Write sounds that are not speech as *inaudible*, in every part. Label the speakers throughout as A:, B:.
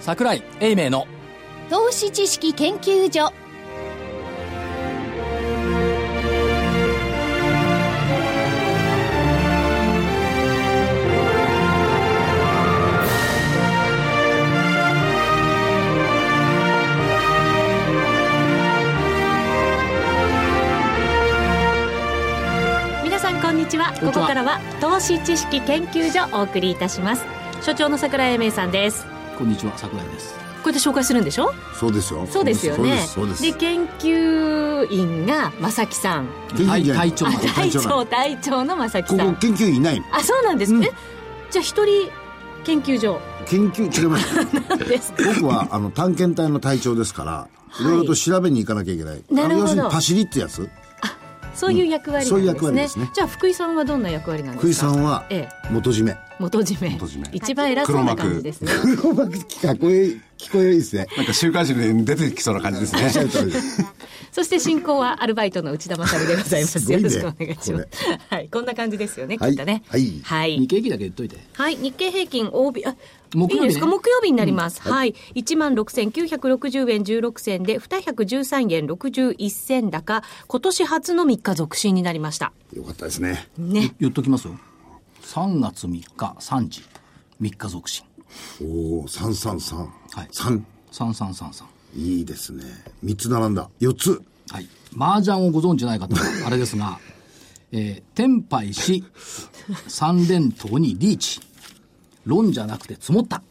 A: 桜井英明の
B: 投資知識研究所
C: 皆さんこんにちは
A: んにち
C: こ
A: は
C: こからは投資知識研究所をお送りいたします所長の桜井英明さんです
A: こんにちは桜井です
C: これで紹介するんでしょ
D: そうですよ。
C: そうですよね
D: そうです。そうです
C: 研究員が正木さん
D: 研究員じゃない
A: 隊隊長
C: あ隊
D: 隊長な
C: 長
D: の
C: 隊長の正木
D: こ
C: さ
D: こ
C: ん
D: 研究員いないの。
C: あそうなんですね、じゃあ一人研究所
D: 研究違
C: *laughs*
D: います。
C: です
D: 僕はあの探検隊の隊長ですから、いろいろと調べに行かなきゃいけない。
C: なるほど
D: あの要するにパシリってやつ。
C: そういう役割なんですね,、
D: そういう役割ですね
C: じゃあ福井さんはどんな役割なんですか
D: 福井さんは
C: ええ
D: 元締め。
C: 元締め
E: 元締め
C: 一番偉そうな感じですね
D: 黒幕かっこいい聞こえいいですね。
E: なんか週刊誌に出てきそうな感じ
D: *laughs*
E: ですね。
D: おっしゃる通りです。
C: そして進行はアルバイトの内田まさみでございます
D: すご
C: よ
D: いね
C: ろしくお願いしますはいこんな感じですよね、
D: はい
C: きっとね
D: はい
C: はい
A: 日経平均だけ言っといて
C: はい、日経平均大びあ
A: 木曜日ね
C: いいですか木曜日になります、はい1万6960円16銭で213円61銭高今年初の3日続伸になりました
D: よかったですね。
C: ね
A: 言っときますよ3月3日3時3日続進
D: おお、三三三
A: はい。
D: 三
A: 3333
D: いいですね。三つ並んだ。四つ。
A: はい麻雀をご存知ない *laughs* 方はあれですがえー、天敗し三連投にリーチ論じゃなくて積もった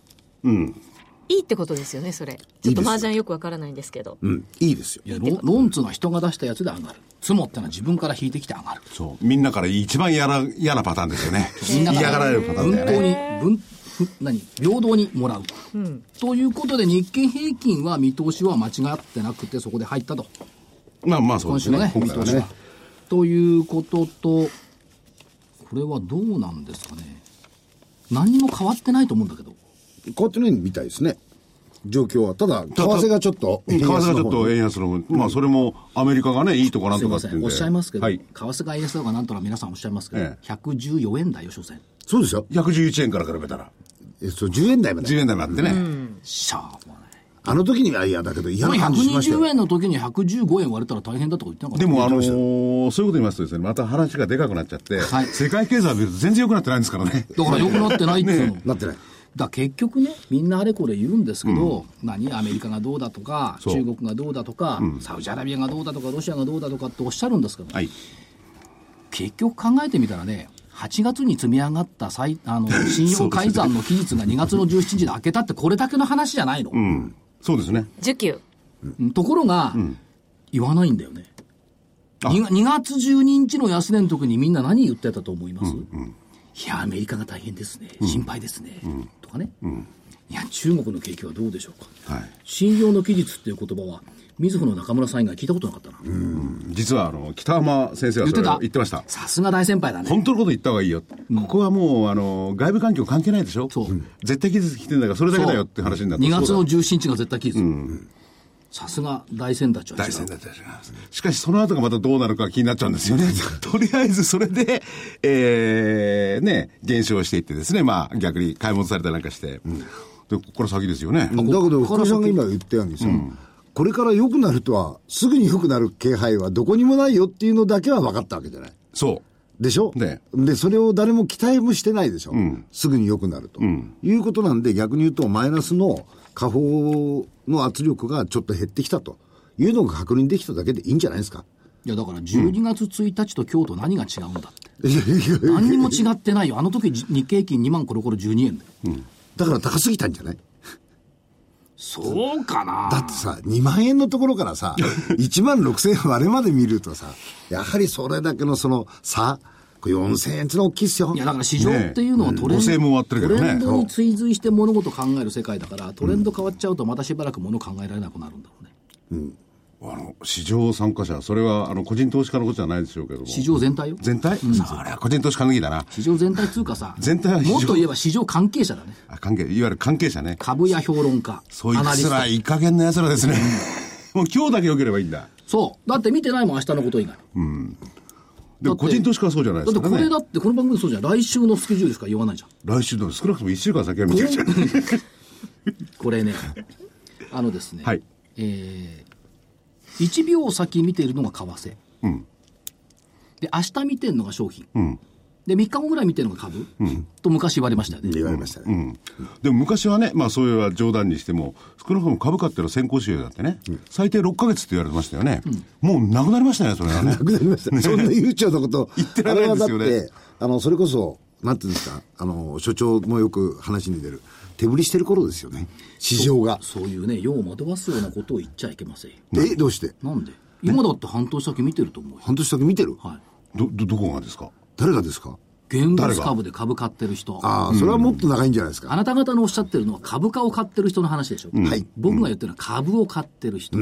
C: いいってことですよねそれちょっと麻雀よくわからないんですけど
D: うん、いいですよ
A: い。や論論つうのは人が出したやつで上がる積もってのは自分から引いてきて上がる
E: そう。みんなから一番嫌な、嫌なパターンですよね。
A: *laughs* みんな
E: 嫌がられるパターンだよね。
A: 分等に分ふ何平等にもらう、ということで日経平均は見通しは間違ってなくてそこで入ったと
E: まあまあそ
A: 今
E: うです
A: 週のね
E: ね。
A: 見
E: 今回
A: 通
E: は
A: しは
E: ね。
A: ということとこれはどうなんですかね何も変わってないと思うんだけど
D: 変わってないみたいですね。状況は。ただ、為替がちょっと。
E: 為替がちょっと円
D: 円安の方に
E: 安の方に、まあそれもアメリカがね、いいとこなん
A: すい
E: とか
A: ま
E: って
A: せ
E: いうん
A: ん
E: で。
A: おっしゃいますけど、
E: はい
A: 為。替が円安だかなんとか皆さんおっしゃいますけど、
E: ええ
A: 114円台よ所詮
D: そうですよ。
E: 111円から比べたら、
D: えそう、10円台まで。
E: 10円台もあってね。
A: しゃあもない
D: あの時には嫌だけど嫌な感じしました
A: 120
D: よ。
A: 円の時に115円割れたら大変だとか言ってなかった
E: でもあの
A: 言ってまし
E: ーそういうこと言いますとですね、また話がでかくなっちゃって、
A: はい
E: 世界経済を見ると全然良くなってないんですからね。
A: たよだから良くなってないっていうの、
D: なってない。
A: だから結局ね、みんなあれこれ言うんですけど、何、アメリカがどうだとか、中
E: う
A: 国がどうだとか、サウジアラビアがどうだとか、ロシアがどうだとかっておっしゃるんですけど、
E: はい。
A: 結局考えてみたらね、8月に積み上がった最あ *laughs* の信用改ざんの期日が2月の17日で明けたって、これだけの話じゃないの。
E: うん。そうですね。
C: 需給
A: うんところが、言わないんだよね。
E: あ
A: 2, 月12日の安値の時にみんな何言ってたと思います、いや、アメリカが大変ですね。心配ですね。とかね、いや、中国の景気はどうでしょうか。
E: はい。
A: 信用の期日っていう言葉は、水穂の中村さん以外聞いたことなかったな。
E: 実はあの、北浜先生はそれを言ってました。
A: さすが大先輩だね。
E: 本当のこと言った方がいいよ、ここはもうあの外部環境関係ないでしょ
A: そう
E: うん絶対傷つきてんだからそれだけだよって話になって
A: 2月の
E: そう
A: 17日が絶対期日。さすが大先達は違
E: だ
A: う
E: 大戦だったじゃんしかしその後がまたどうなるか気になっちゃうんですよね *laughs* とりあえずそれでえー、ね減少していってですねまあ逆に買い戻されたりなんかして、でここから先ですよ
D: だ
E: ね、
D: けど、福井さんが今言ったようにさ、これから良くなるとは、すぐに良くなる気配はどこにもないよっていうのだけは分かったわけじゃない。
E: そう
D: でしょ
E: ね
D: で、それを誰も期待もしてないでしょ、すぐに良くなると、いうことなんで、逆に言うと、マイナスの下方の圧力がちょっと減ってきたというのが確認できただけでいいんじゃないで
A: *laughs*
D: すか。
A: いや、だから12月1日と今日と何が違うんだって。
D: いやいやいや
A: 何にも違ってないよ。あの時じ日経平均2万コロコロ12円だよ。
D: だから高すぎたんじゃない
A: そうかな
D: だってさ、2万円のところか
A: *laughs*
D: らさ、1万6千円割れまで見るとさ、やはりそれだけのその差、これ4千円ってのは大きいっすよ
A: い。やだから市場っていうのはトレン
E: ねえ
A: ド、
E: うん5000も終わってるけどね
A: トレンドに追随して物事考える世界だから、トレンド変わっちゃうとまたしばらく物考えられなくなるんだろうね。
E: あの市場参加者それはあの個人投資家のことじゃないでしょうけども
A: 市場全体よ。
E: 全体、それは個人投資家の意義だな
A: 市場全体通貨さ、
E: 全体は非常
A: もっと言えば市場関係者だね。
E: あ関係いわゆる関係者ね
A: 株や評論家、
E: そうい
A: ア
E: う
A: ナリ
E: 奴
A: ス
E: らいい加減な奴らですね *laughs* もう今日だけ良ければいいんだ
A: ト。そう。だって見てないもん、明日のこと以外。
E: で
A: だっ
E: も
A: て
E: 個人投資家はそうじゃない
A: だ
E: で
A: って
E: すか
A: これ
E: ね
A: だ。って、この番組そうじゃん。来週のスケジュールしか言わないじゃん。
E: 来週の少なくとも1週間先は見てるじゃん。
A: これね、あのですね、
E: はい
A: えー、1秒先見ているのが為替。で、明日見てるのが商品。で、3日後ぐらい見てるのが株。と昔言われましたよね。
D: 言われましたね。
E: でも昔はね、まあそういうのは冗談にしても、少なくとも株価っていうのは先行指標だってね、最低6ヶ月って言われてましたよね。もうなくなりましたね、それはね
D: な。くなりました。そんな悠長なこと。
E: 言ってられないですよね
D: あれはだって、あの、それこそ、なんていうんですか、あの、所長もよく話に出る、手振りしてる頃ですよね。市場が。
A: そういうね、世を惑わすようなことを言っちゃいけませんよ。
D: え、どうして
A: なんで今だって半年先見てると思うよ。
D: 半年だけ見てる、
A: はい。
E: ど、ど、どこがですか
D: 誰がですか
A: 現物株で株買ってる人。
D: ああ、それはもっと長いんじゃないです
A: あ
D: か。
A: なた方のおっしゃってるのは株価を買ってる人の話でしょ。
D: はい
A: 僕が言ってるのは株を買ってる人。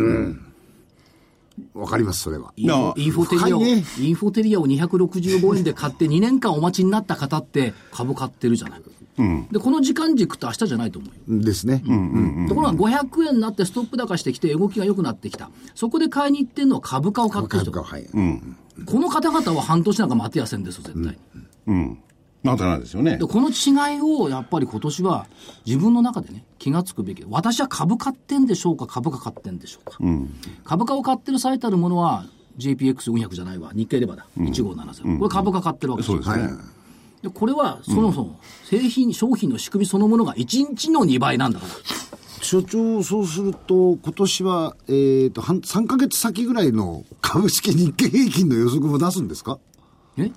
D: わかります、それは。
A: インフォインフォテリアを、
D: 深いね
A: インフォテリアを265円で買って2年間お待ちになった方って株買ってるじゃない。で、この時間軸って明日じゃないと思うよ。
D: ですね。
A: ところが500円になってストップ高してきて動きが良くなってきた。そこで買いに行ってんのは株価を買ってる人。
D: 株価
A: こ
D: は、はい。
A: の方々は半年なんか待てやせんですよ、絶対に。
E: なんてないですよね
A: で、。この違いをやっぱり今年は自分の中でね、気がつくべき。私は株買ってんでしょうか、株価買ってんでしょうか。株価を買ってる最たるものは、JPX400 じゃないわ、日経レバーだ、1570、これ株価買ってるわけです
E: そうですね。
A: でこれはそもそも製品、商品の仕組みそのものが1日の2倍なんだから。
D: 所長、そうすると、今年は、えっ、と、半3ヶ月先ぐらいの株式日経平均の予測も出すんですか
A: えい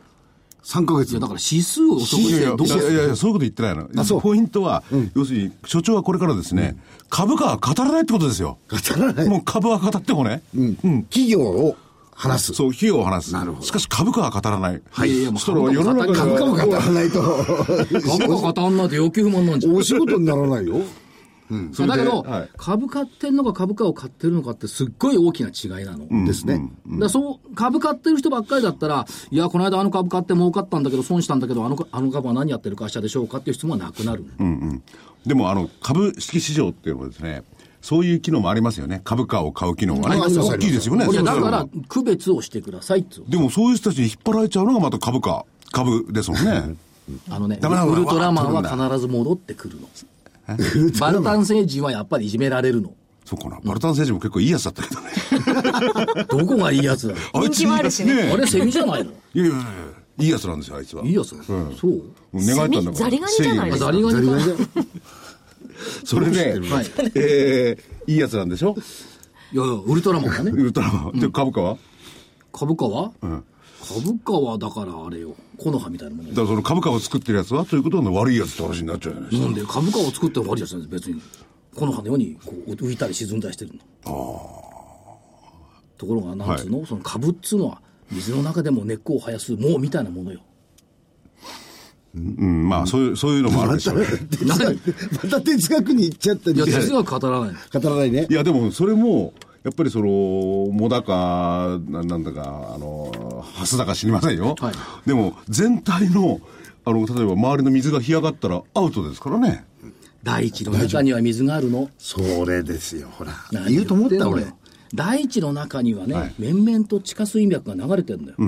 D: ?3 ヶ月
A: や、だから指数を予測
E: い
A: し
E: やい
A: て
E: や
A: どうす
E: いやいやい
A: る
E: やそういうこと言ってないの。
D: あそう
E: ポイントは、要するに、所長はこれからですね、株価は語らないってことですよ。
D: 語らない。
E: もう株は語ってもね。
D: 企業を話す。
E: そう、費用を話す。
D: なるほど
E: しかし株価は語らない。はい
A: いやいやも
E: そうしたら世の中には
D: 株価も語らないと。
A: 株価語んないと要求不満なんじゃん
D: お仕事にならないよ。
E: それで
A: だけど、
E: はい
A: 株買ってんのか株価を買ってるのかってすっごい大きな違いなの。
D: ですね。
A: だからそう、株買ってる人ばっかりだったら、いや、この間あの株買って儲かったんだけど、損したんだけど、あのかあの株は何やってる会社でしょうかっていう質問はなくなる。
E: でもあの株式市場っていうのはですね、そういう機能もありますよね。株価を買う機能がね。
D: あります
E: 大きいですよね。
A: いや、
E: それ
A: だ
E: ぞれ
A: か
E: の
A: ら、区別をしてくださいっつうの
E: でもそういう人たちに引っ張られちゃうのがまた株価、株ですもんね。
A: あのね、
E: ダメなんだ
A: ウルトラマンは必ず戻ってくるの。 *laughs* バルタン星人はやっぱりいじめられるの。
E: そうかな。バルタン政治も結構いいやつだったけどね。
A: どこがいいやつ
E: *laughs*
A: だ
E: あいついいやつね。
A: あれ、セミじゃないの
E: いやいやいや、いいやつなんですよ、あいつは。
A: いいやつだ、そう
E: もう願えたんだから。
C: セミザリガニじゃないですか
A: ザリガニか。
E: それで、
A: はい。
E: えー、いいやつなんでしょ
A: いやいや、ウルトラマンがね
E: ウ。ルトラマン。で、株価は
A: 株価は、株価はだからあれよ、木の葉みたいなもの
E: だ。からその株価を作ってるやつはということは悪いやつって話になっちゃうじゃないですか。
A: なんで株価を作ってるわけじゃないです別に木の葉のようにこう浮いたり沈んだりしてるのところがなんつうの、その株っつうのは水の中でも根っこを生やすもうみたいなものよ
E: うん、まあ、そういう、そういうのもあるでしょうね。
A: なんで
D: また哲学に行っちゃったり
A: いや
D: して
A: 哲学語らない
D: 語らないね
E: い。や、でも、それも、やっぱりその、もだか、ななんだか、あの、はすだか知りませんよ。
A: はい
E: でも、全体の、あの、例えば周りの水が干上がったらアウトですからね。
A: 大地の中には水があるの
D: それですよ、ほら。言うと思った、
A: 何
D: 俺
A: 言。んのよ大地の中にはね、面々と地下水脈が流れてるんだよ、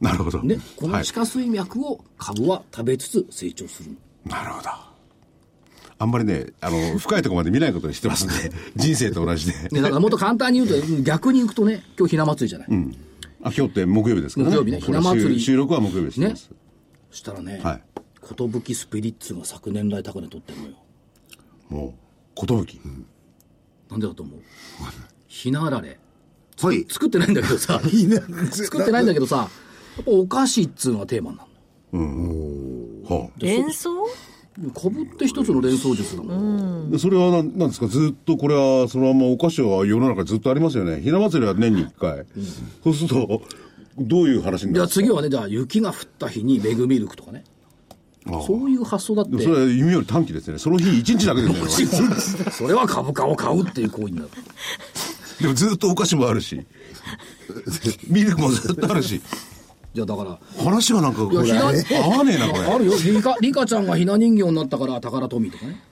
E: なるほど。
A: ね、この
E: はい
A: 地下水脈を株は食べつつ成長するの
E: なるほど。あんまりね、あの、深いところまで見ないことにしてますん
A: *laughs*
E: で、人生と同じで。
A: ねだからもっと簡単に言うと逆に行くとね今日ひな祭りじゃない、
E: あ、今日って木曜日ですからね。
A: 木曜日ね
E: これ収
A: ひな祭り
E: 収録は木曜日ですね
A: ね。そしたらね、
E: はい
A: 寿スピリッツが昨年来高値取ってるのよ
E: もう、ことぶき。
A: なんでだと思うひなあられ
D: はい。
A: 作ってないんだけどさ
D: いいね
A: 作ってないんだけどさやっぱお菓子っつうのがテーマな
E: はあ
C: 連想
A: のかぶって一つの連想術だもん、
E: でそれはなんなんですかずっとこれはそのままお菓子は世の中ずっとありますよねひな祭りは年に1回、そうするとどういう話に
A: じゃ
E: なる
A: あ
E: んですか
A: 次はねじゃあ雪が降った日にメグミルクとかねそういう発想だっ
E: でも
A: て
E: それは夢より短期ですねその日1日だけです *laughs* ね
A: それは株価を買うっていう行為になる
E: でもずっとお菓子もある *laughs* しミルクもずっとあるし
A: じゃあだから
E: 話がなんかこれ
A: いやひな
E: 合わねえなこれあ
A: あるよリカリカちゃんがひな人形になったから宝富とかね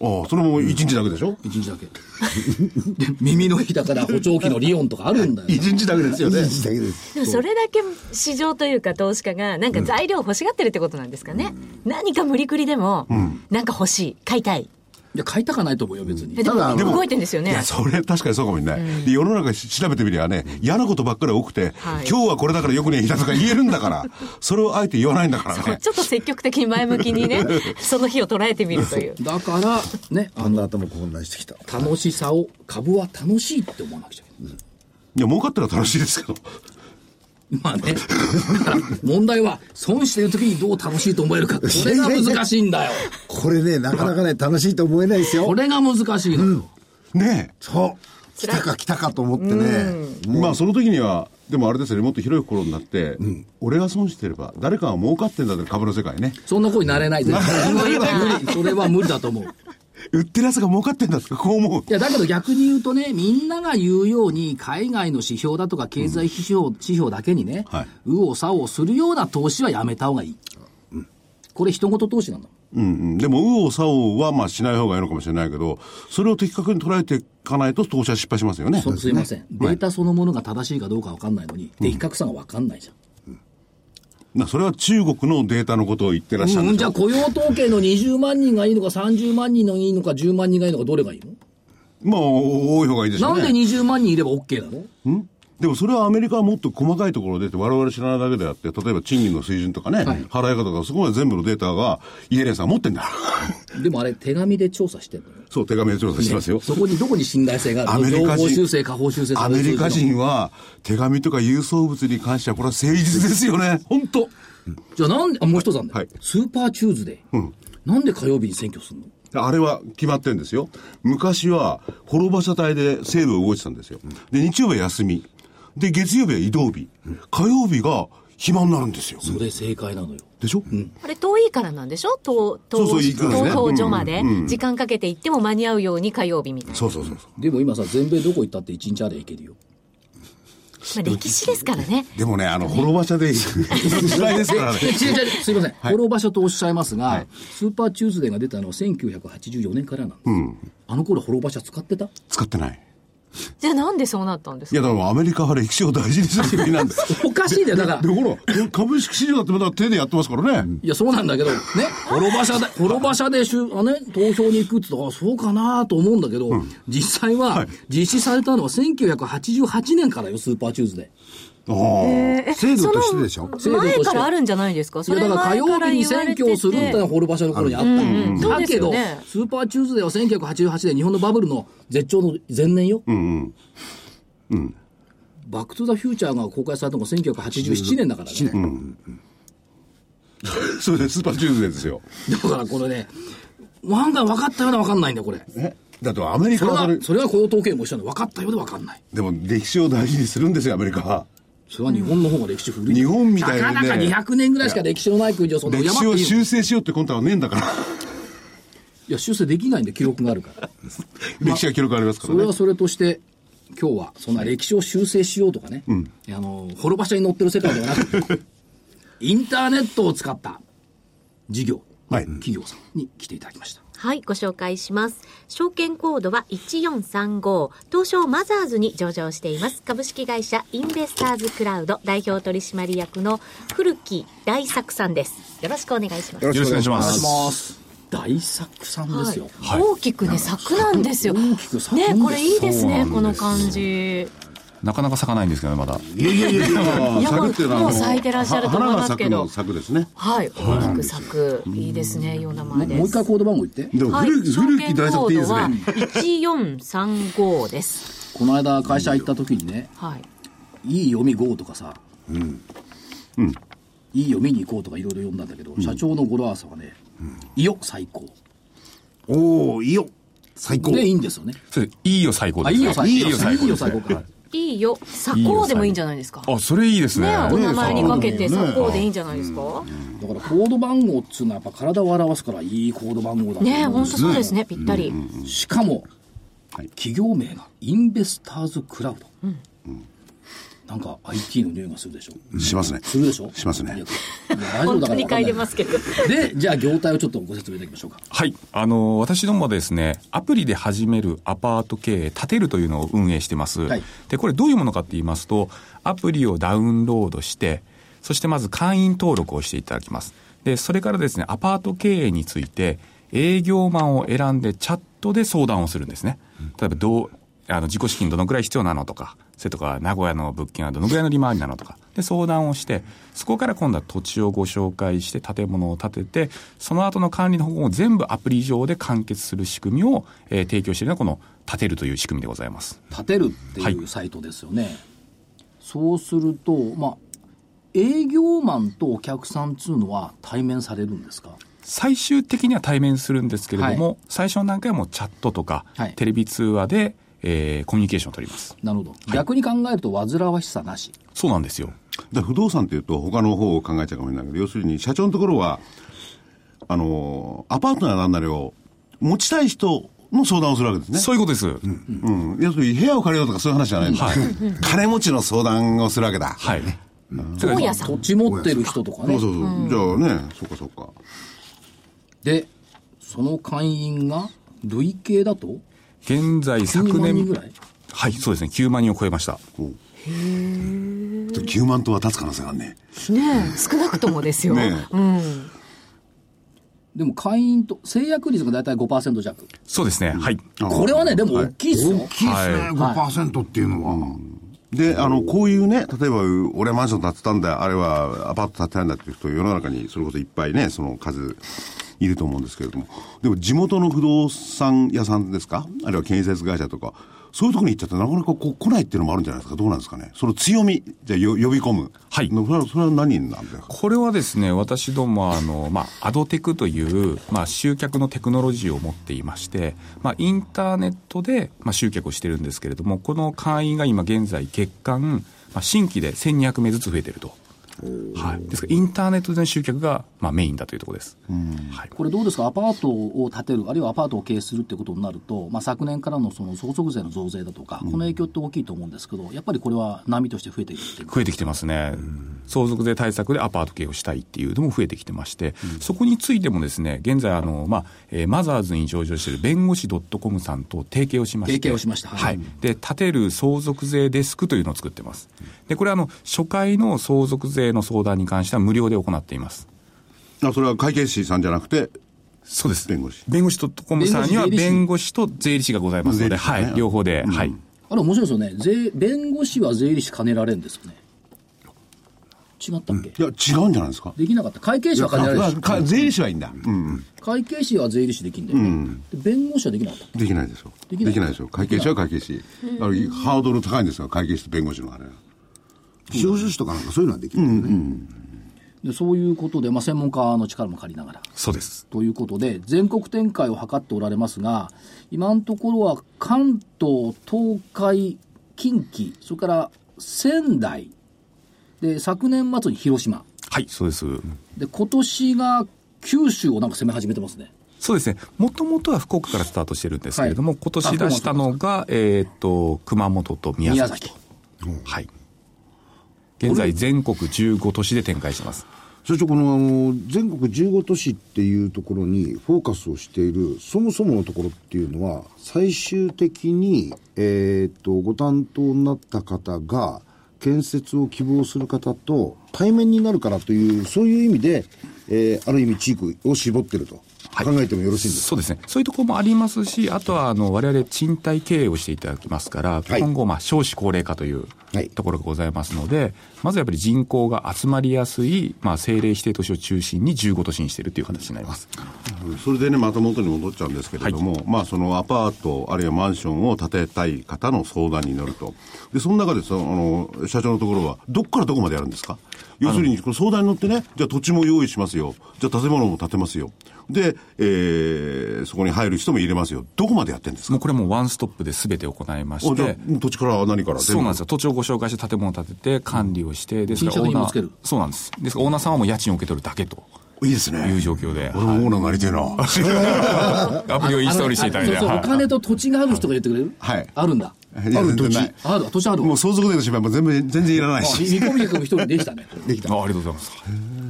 E: あそれも1日だけでしょ
A: 一日だけで耳の日だから補聴器のリオンとかあるんだよ
E: 1日だけですよね
D: だけです。
C: でもそれだけ市場というか投資家がなんか材料を欲しがってるってことなんですかね、何か無理くりでも、なんか欲しい買いたい
A: いや、買いたかないと思うよ、別に。
C: えで
D: ただ
C: も動いてんですよ
E: い
C: ね
E: や、。それ確かにそうかもしれない。で世の中し調べてみりゃね、嫌なことばっかり多くて、
C: はい
E: 今日はこれだからよくねえ日だとか言えるんだから、それをあえて言わないんだからね。
C: ちょっと積極的に前向きにね、その日を捉えてみるという。
A: だから、ね、
D: あんな頭混乱してきた。
A: 楽しさを、株は楽しいって思わなくちゃいけない。
E: いや、儲かったら楽しいですけど。
A: まあね。だから、問題は、損してる時にどう楽しいと思えるか。これが難しいんだよ。
D: これね、なかなかね、楽しいと思えないです
A: こ
D: よ。
A: れが難しいのよ。
E: *laughs* ね
D: そう。来たか来たかと思ってね。
E: え。まあ、その時には、でもあれですよね、もっと広い心になって、俺が損してれば、誰かが儲かってんだって株の世界ね。
A: そんな声になれないで。それは無理。それは無理だと思う。
E: 売ってる奴が儲かってんだとか、こう思う
A: い。や、だけど逆に言うとね、みんなが言うように、海外の指標だとか経済指標,、指標だけにね、
E: はいう
A: おさおするような投資はやめた方がいい。これ、人事投資なんだもん。
E: うんうん。でも、右往左往は、まあ、しない方がいいのかもしれないけど、それを的確に捉えていかないと、投資は失敗しますよね。
A: そすいません、データそのものが正しいかどうか分かんないのに、的確さが分かんないじゃん。
E: なそれは中国のデータのことを言ってらっしゃる
A: うんん、
E: でし
A: じゃ
E: ょ
A: あ雇用統計の20万人がいいのか、30万人のいいのか、10万人がいいのか、どれがいいの、
E: まあ、多い方がいいでしょ
A: な
E: うんね。
A: で20万人いれば OK なの
E: でもそれはアメリカはもっと細かいところでって我々知らないだけであって、例えば賃金の水準とかね、
A: はい
E: 払い方とか、そこまで全部のデータがイエレンさん持ってんだ。
A: *laughs* でもあれ、手紙で調査してるのよ。
E: そう、手紙で調査してますよ。
A: そこにどこに信頼性があ
E: ア
A: る
E: メ
A: の
E: リ
A: 情
E: カ
A: 報
E: 人
A: 修正、下方修正
E: アメリカ人は手紙とか郵送物に関してはこれは誠実ですよね。本当
A: じゃあなんで、あ、もう一つあんだよ。
E: はい
A: スーパーチューズデー。なんで火曜日に選挙するの
E: あれは決まってるんですよ。昔は滅場社隊で制度を動いてたんですよ。で、日曜日は休み。で、月曜日は移動日。火曜日が暇になるんですよ。
A: それ正解なのよ。
E: でしょ、
C: あれ遠いからなんでしょ東、
E: そうそう
C: 東、
E: 行くんですね
C: 東東所まで、時間かけて行っても間に合うように火曜日みたいな。
E: そうそうそうそう。
A: でも今さ、全米どこ行ったって一日ありゃいけるよ。
C: まあ、歴史ですからね。
E: でもね、あの、滅場社で嫌いですからね。
A: え違う違うすいません。フォロー場所とおっしゃいますが、スーパーチューズデーが出たのは1984年からなんです。あの頃、フォロー場所使ってた
E: 使ってない。
C: じゃあなんでそうなったんです
E: い
C: か
E: や、だからアメリカは歴史を大事にする国なんです。
A: おかしいだよ、だから
E: で、。ほら、株式市場だってまだ手でやってますからね。
A: いや、そうなんだけど、ね、滅場社で、滅場社でしゅ、あね、投票に行くって言ったら、あ、そうかなと思うんだけど、実際は、実施されたのは1988年からよ、スーパーチューズデー。
E: ああ。
D: 制度としてでしょ。
A: 制度として
C: 前からあるんじゃないですか
A: いやだから火曜日に選挙をするってのはホルバシャの頃にあったの、
C: そう
A: だ
C: です
A: けど、
C: よね
A: スーパーチューズデーは1988年日本のバブルの絶頂の前年よ、バック・トゥ・ザ・フューチャーが公開されたのが1987年だからね、
E: それでスーパーチューズデーですよ。
A: だからこれね案外分かったようで分かんないんだよこれ
E: えだってアメリ
A: それ
E: カはそれ
A: は、それはこの統計も一緒なんで分かったようで分かんない
E: でも歴史を大事にするんですよ、アメリカは。
A: それは日本の方が歴史古い、
E: 日本みたい
A: な
E: にね
A: かなか200年ぐらいしか歴史のない国をそんな
E: 歴史
A: っ
E: を
A: ていいの
E: 修正しようってコンタはねえんだから。
A: いや修正できないんで記録があるから
E: 歴史は記録ありますか
A: そ
E: ら
A: れ
E: ね
A: は。それとして、今日はそんな歴史を修正しようとかね、あの滅ばしに乗ってる世界ではな *laughs* く、インターネットを使った事業、
E: はい
A: 企業さんに来ていただきました。
C: はい、ご紹介します。証券コードは1435、東証マザーズに上場しています。株式会社インベスターズクラウド代表取締役の古木大作さんです。よろしくお願いします。
E: よろしくお願いしま
A: お願いし
E: す。
A: ます。大作さんですよ。
C: はい大きくね、柵なんですよ。
A: 大きく柵なんです
C: ね、これいいですね、
F: そ
C: こ
F: う
C: の
F: なんです
C: 感じ。
F: なかなか咲かないんですけどね、まだ。
E: いやいやいやいや、
C: や
E: 咲くっていうのはあの
C: もう咲いてらっしゃると思いますけど
E: 花が咲くの咲くですね。
C: はい、大きく柵。いいですね、ような名前です。
A: もう一回コード番号言って。
E: でも
C: はい、
E: 古き、古き大作っていいです
C: 証
E: ね。
C: 券コードは1435です。
A: この間会社行った時にね、
C: はい。
A: いい読み号とかさ、いい読みに行こうとかいろいろ読んだんだけど、社長の語呂合わせはね、いよ最高。
D: おおいいよ。最高。
A: で、いいんですよね。
F: それいいよ、最高
A: あ、
F: で
A: い
F: す
A: い
F: ね。
A: よ最高。いい
F: 最
A: よ
F: 高で
A: 最
F: す
A: 高
F: ね。
A: か。
C: いいよ、鎖行でもいいんじゃないですか。
F: あ、それいいですね。
C: ね、お名前にかけて
E: ね
C: 鎖行でいいんじゃないですか。
A: だからコード番号っつうのはやっぱ体を表すからいいコード番号だと思うんです
C: ね、
A: よ
C: 本当そうですね、ぴったり。
A: しかも、企業名がインベスターズクラウド、なんか IT の匂いがするでしょ
E: しますね。
A: するでしょ
E: しますね
A: いやいや大丈夫
C: 本
A: だか
C: 当
A: ら
C: に
A: 分か
C: 嗅
A: ん
C: い
A: な
C: で
A: い
C: ますけど。
A: でじゃあ業態をちょっとご説明いただきましょうか
F: はい。あの、私どもはですね、アプリで始めるアパート経営、建てるというのを運営してます。
A: はい
F: で、これどういうものかって言いますと、アプリをダウンロードして、そしてまず会員登録をしていただきます。で、それからですね、アパート経営について、営業マンを選んでチャットで相談をするんですね。例えば、どう、あの、自己資金どのくらい必要なのとか、それとか、名古屋の物件はどのくらいの利回りなのとか、で、相談をして、そこから今度は土地をご紹介して、建物を建てて、その後の管理の方法を全部アプリ上で完結する仕組みを、えー提供しているのが、この、建てるという仕組みでございます。
A: 立てるって
F: はいいう
A: サイトですよね、そうするとまあ営業マンとお客さんっつうのは対面されるんですか
F: 最終的には対面するんですけれども、
A: は
F: 最初の段階はもうチャットとか、
A: はい
F: テレビ通話で、えーコミュニケーションを取ります。
A: なるほど、逆に考えると煩わしさなし
F: そうなんですよ。
E: だから不動産っていうと他の方を考えちゃうかもしれないけど要するに社長のところはあのアパートならなんなりを持ちたい人の相談をするわけですね
F: そういうことです。
E: うん、要するに部屋を借りようとかそういう話じゃないんだ、金持ちの相談をするわけだ
F: はい。だから
C: 大家さ
A: 土
C: ん。
A: 地持ってる人とか
E: そ
A: ね
E: うそうそう、じゃあねそうかそうか
A: でその会員が累計だと
F: 現在昨
A: 9万人ぐ
F: 年、
A: らい
F: はい、そうですね、9万人を超えました。
E: 9万頭は立つ可能性があるね
C: ねえ少なくともですよ。
E: ねえ
C: うん。
A: でも会員と制約率が大体5%弱
F: そうですね、はい。
A: これはねでも大きいですよ、
D: 大きいですね、5%っていうのは。
E: であのこういうね例えば俺はマンション建てたんだあれはアパート建てたんだっていう人世の中にそれこそいっぱいねその数いると思うんですけれどもでも地元の不動産屋さんですかあるいは建設会社とかそういうところに行っちゃってなかなかこう来ないっていうのもあるんじゃないですかどうなんですかねその強みじゃあよ呼び込む
F: はい
E: のそれはそれは何なんですか
F: これはですね、私どもはあの、まあ、アドテクという、まあ、集客のテクノロジーを持っていまして、まあ、インターネットで、まあ、集客をしてるんですけれども、この会員が今現在月間、まあ、新規で1200名ずつ増えてると。はい。ですから、インターネットでの集客が、まあ、メインだというところです。はい。
A: これどうですか、アパートを建てる、あるいはアパートを経営するってことになると、まあ、昨年からのその相続税の増税だとか、この影響って大きいと思うんですけど、やっぱりこれは波として増えているっていう
F: 増えてきてますね。相続税対策でアパート経営をしたいっていうのも増えてきてまして、そこについてもですね、現在あの、まあ、えーマザーズに上場している弁護士 .com さんと提携をしまして。
A: 提携をしましたは
F: はいい。で、立てる相続税デスクというのを作ってます。で、これあの、初回の相続税の相談に関しては無料で行っています。
E: あそれは会計士さんじゃなくて
F: そうです。
E: 弁護士
F: 弁護士 .com さんには
A: 弁
F: 弁護士と税理士がございます
E: 税
F: ので、
E: 理士ね
F: はい。両方で、はい。
A: あれ面白いですよね、税弁護士は税理士兼ねられるんですよね。違ったっけ、
E: いや違うんじゃないですか
A: できなかった、会計士は兼ねられる
E: あ
A: し、
E: か税理士はいいんだ、うんうん
A: 会計士は税理士できんだよね、で弁護士はできなかった、
E: できないでしょ
A: で
E: で
A: き
E: き
A: な
E: ないいでしょ会計士は会計士あのハードル高いんですよ会計士と弁護士のあれ
D: 司法書士とかなんかそういうのはできるよね。
A: でそういうことで、まあ、専門家の力も借りながら。
F: そうです。
A: ということで、全国展開を図っておられますが、今のところは関東、東海、近畿、それから仙台、で、昨年末に広島、
F: はい、そうです。
A: で、今年が九州をなんか攻め始めてますね。
F: そうですね。もともとは福岡からスタートしてるんですけれども、
A: はい
F: 今年出したのが、えーっと、熊本と宮
A: 宮
F: 崎。
A: 崎。
F: はい。現在、全国15都市で展開してます。
D: そしてこのあの全国15都市っていうところにフォーカスをしているそもそものところっていうのは最終的に、えーっとご担当になった方が建設を希望する方と対面になるからというそういう意味で、えーある意味地域を絞ってると考えてもよろしいんですか、
F: そうですね。そういうところもありますし、あとは、あの、我々賃貸経営をしていただきますから、
D: はい
F: 今後、まあ、少子高齢化という
D: はい
F: ところがございますので、まずやっぱり人口が集まりやすい、まあ、政令指定都市を中心に15都市にしているという形になります。
E: それでねまた元に戻っちゃうんですけれども、まあそのアパートあるいはマンションを建てたい方の相談に乗るとでその中でそのあの社長のところはどっからどこまでやるんですか要するにこの相談に乗ってねじゃあ土地も用意しますよじゃあ建物も建てますよで、えーそこに入る人も入れますよどこまでやってんです
F: も
E: か
F: うこれはもうワンストップで全て行いまし
E: あじゃ
F: て、
E: あ土地から何から
F: そうなんですすよ。土地をご紹介して建物を建てて管理をして、ですから
A: T シャツにも
F: オーナー
A: つける
F: そうなんです。ですからオーナーさんはもう家賃を受け取るだけと
E: いいですね
F: いう状況で、
E: 俺もオーナーになりてえな
F: *laughs* アプリをインストールしていただいて、
A: あのあそうそう
F: は
A: お金と土地がある人が言ってくれる
E: はい
A: あるんだ。
E: いや全然ない
A: ある土地あるわ
E: もう相続税の心配も全部全然いらない
A: あ
E: し
A: 見込み客も一人できたね。
F: いあありがとうございます。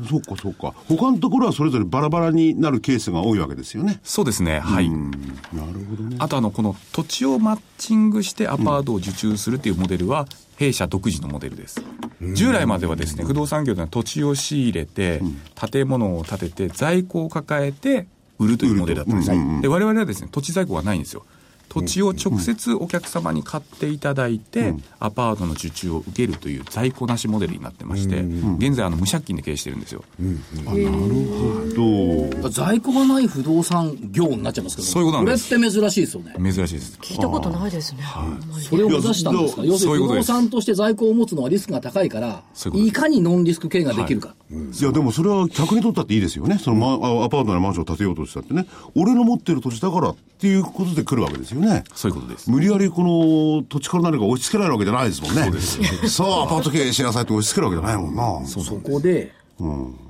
E: そうかそうか他のところはそれぞれバラバラになるケースが多いわけですよね
F: そうですね、はい。なるほどね。あとあの、この土地をマッチングしてアパートを受注するっていうモデルは、弊社独自のモデルです。従来まではですね、不動産業では土地を仕入れて、建物を建てて、在庫を抱えて、売るというモデルだったんですね、で我々はですね土地在庫がないんですよ土地を直接お客様に買っていただいて、アパートの受注を受けるという在庫なしモデルになってまして、現在あの無借金で経営してるんですよ、
E: どう
A: だから在庫がない不動産業になっちゃいますけど、
F: そういうことなんです
A: れって珍しいですよね。
F: 珍しいです
C: 聞いたことないですね。
A: それを目指したんですか
F: いや
A: 要するに
F: そうい
A: 不
F: うこと
A: 動
F: です
A: 産として在庫を持つのはリスクが高いから、
F: そういうこと
A: い
F: です
A: かにノンリスク経営ができるか。
E: いやでもそれは客にとったっていいですよねその、まあアパートのマンションを建てようとしたってね俺の持ってる土地だからっていうことで来るわけですよね
F: そういうことです
E: 無理やりこの土地から何か押し付けられるわけじゃないですもんねそうですさあアパート経営しなさいって押し付けるわけじゃないもんな
A: そこで、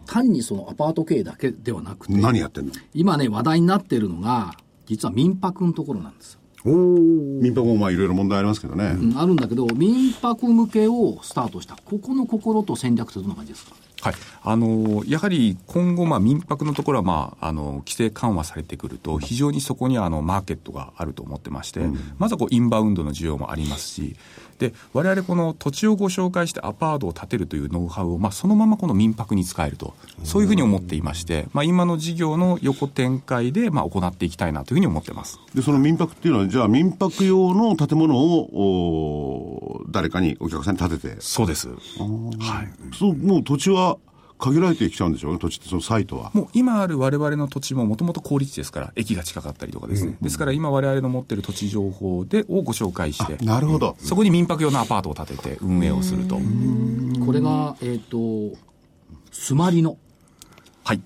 A: 単にそのアパート経営だけではなくて、
E: 何やってんの
A: 今ね、話題になってるのが、実は民泊のところなんですよ。
E: 民泊もまあいろいろ問題ありますけどね、
A: うんあるんだけど、民泊向けをスタートした。ここの心と戦略ってどんな感じですか
F: はい、あのやはり今後、まあ、民泊のところは、まあ、あの規制緩和されてくると、非常にそこにあのマーケットがあると思ってまして、まずはこうインバウンドの需要もありますし、で我々この土地をご紹介してアパートを建てるというノウハウを、まあ、そのままこの民泊に使えると、そういうふうに思っていまして、まあ、今の事業の横展開で、まあ、行っていきたいなというふうに思ってます。
E: でその民泊っていうのはじゃあ民泊用の建物をお誰かにお客さんに建てて
F: そうです、はい、
E: そうもう土地は限られてきちゃうんでしょうね土地ってそのサイトは
F: もう今ある我々の土地ももともと高立地ですから、駅が近かったりとかですね。ですから今我々の持ってる土地情報で、をご紹介して、
E: なるほど、
F: そこに民泊用のアパートを建てて運営をすると。
A: これが、えっ、と、スマリノ。
F: はい。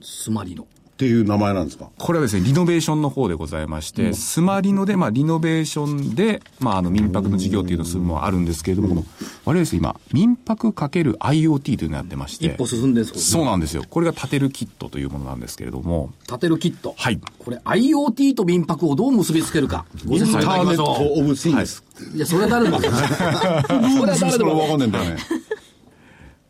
A: スマリノ。
E: っていう名前なんですか
F: これはですね、リノベーションの方でございまして、スマリノで、まあ、リノベーションで、まあ、あの、民泊の事業っていうのをするのはあるんですけれども、この、我々ですね、今、民泊かける IoT というのをやってまして、
A: 一歩進んでるんです
F: そうなんですよ。これが建てるキットというものなんですけれども、
A: 立てるキット。
F: はい
A: これ IoT と民泊をどう結びつけるか。ご説明いただきましょ
E: オブシングス。
A: う。いや、それは誰で
F: *laughs*
A: も分かる。それは誰で
E: それ
A: も
E: わ
A: 分か
E: かんないんだよね。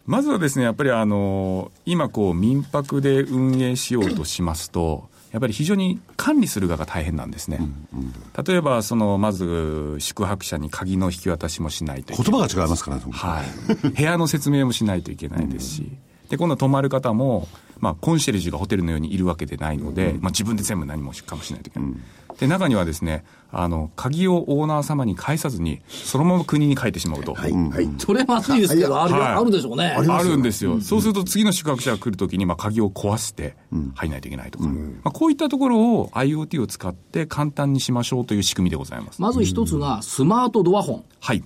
F: まずはですね、やっぱりあの、今こう民泊で運営しようとしますと、やっぱり非常に管理する側が大変なんですね。例えば、その、まず宿泊者に鍵の引き渡しもしないといけ
E: 言
F: ない。
E: 葉が違いますからね。
F: はい。部屋の説明もしないといけないですし、で、今度泊まる方も、まあ、コンシェルジュがホテルのようにいるわけでないので、まあ、自分で全部何もかもしないといけない。で、中にはですね、あの、鍵をオーナー様に返さずに、そのまま国に帰ってしまうと。
D: はい、はい。
A: る。それは熱いですけど、ある、
F: はい
A: あるでしょうね。
F: あるんですよ、そうすると次の宿泊者が来るときに、まあ、鍵を壊して入らないといけないとか、まあ、こういったところを IoT を使って簡単にしましょうという仕組みでございます。
A: まず一つが、スマートドアホ
F: はい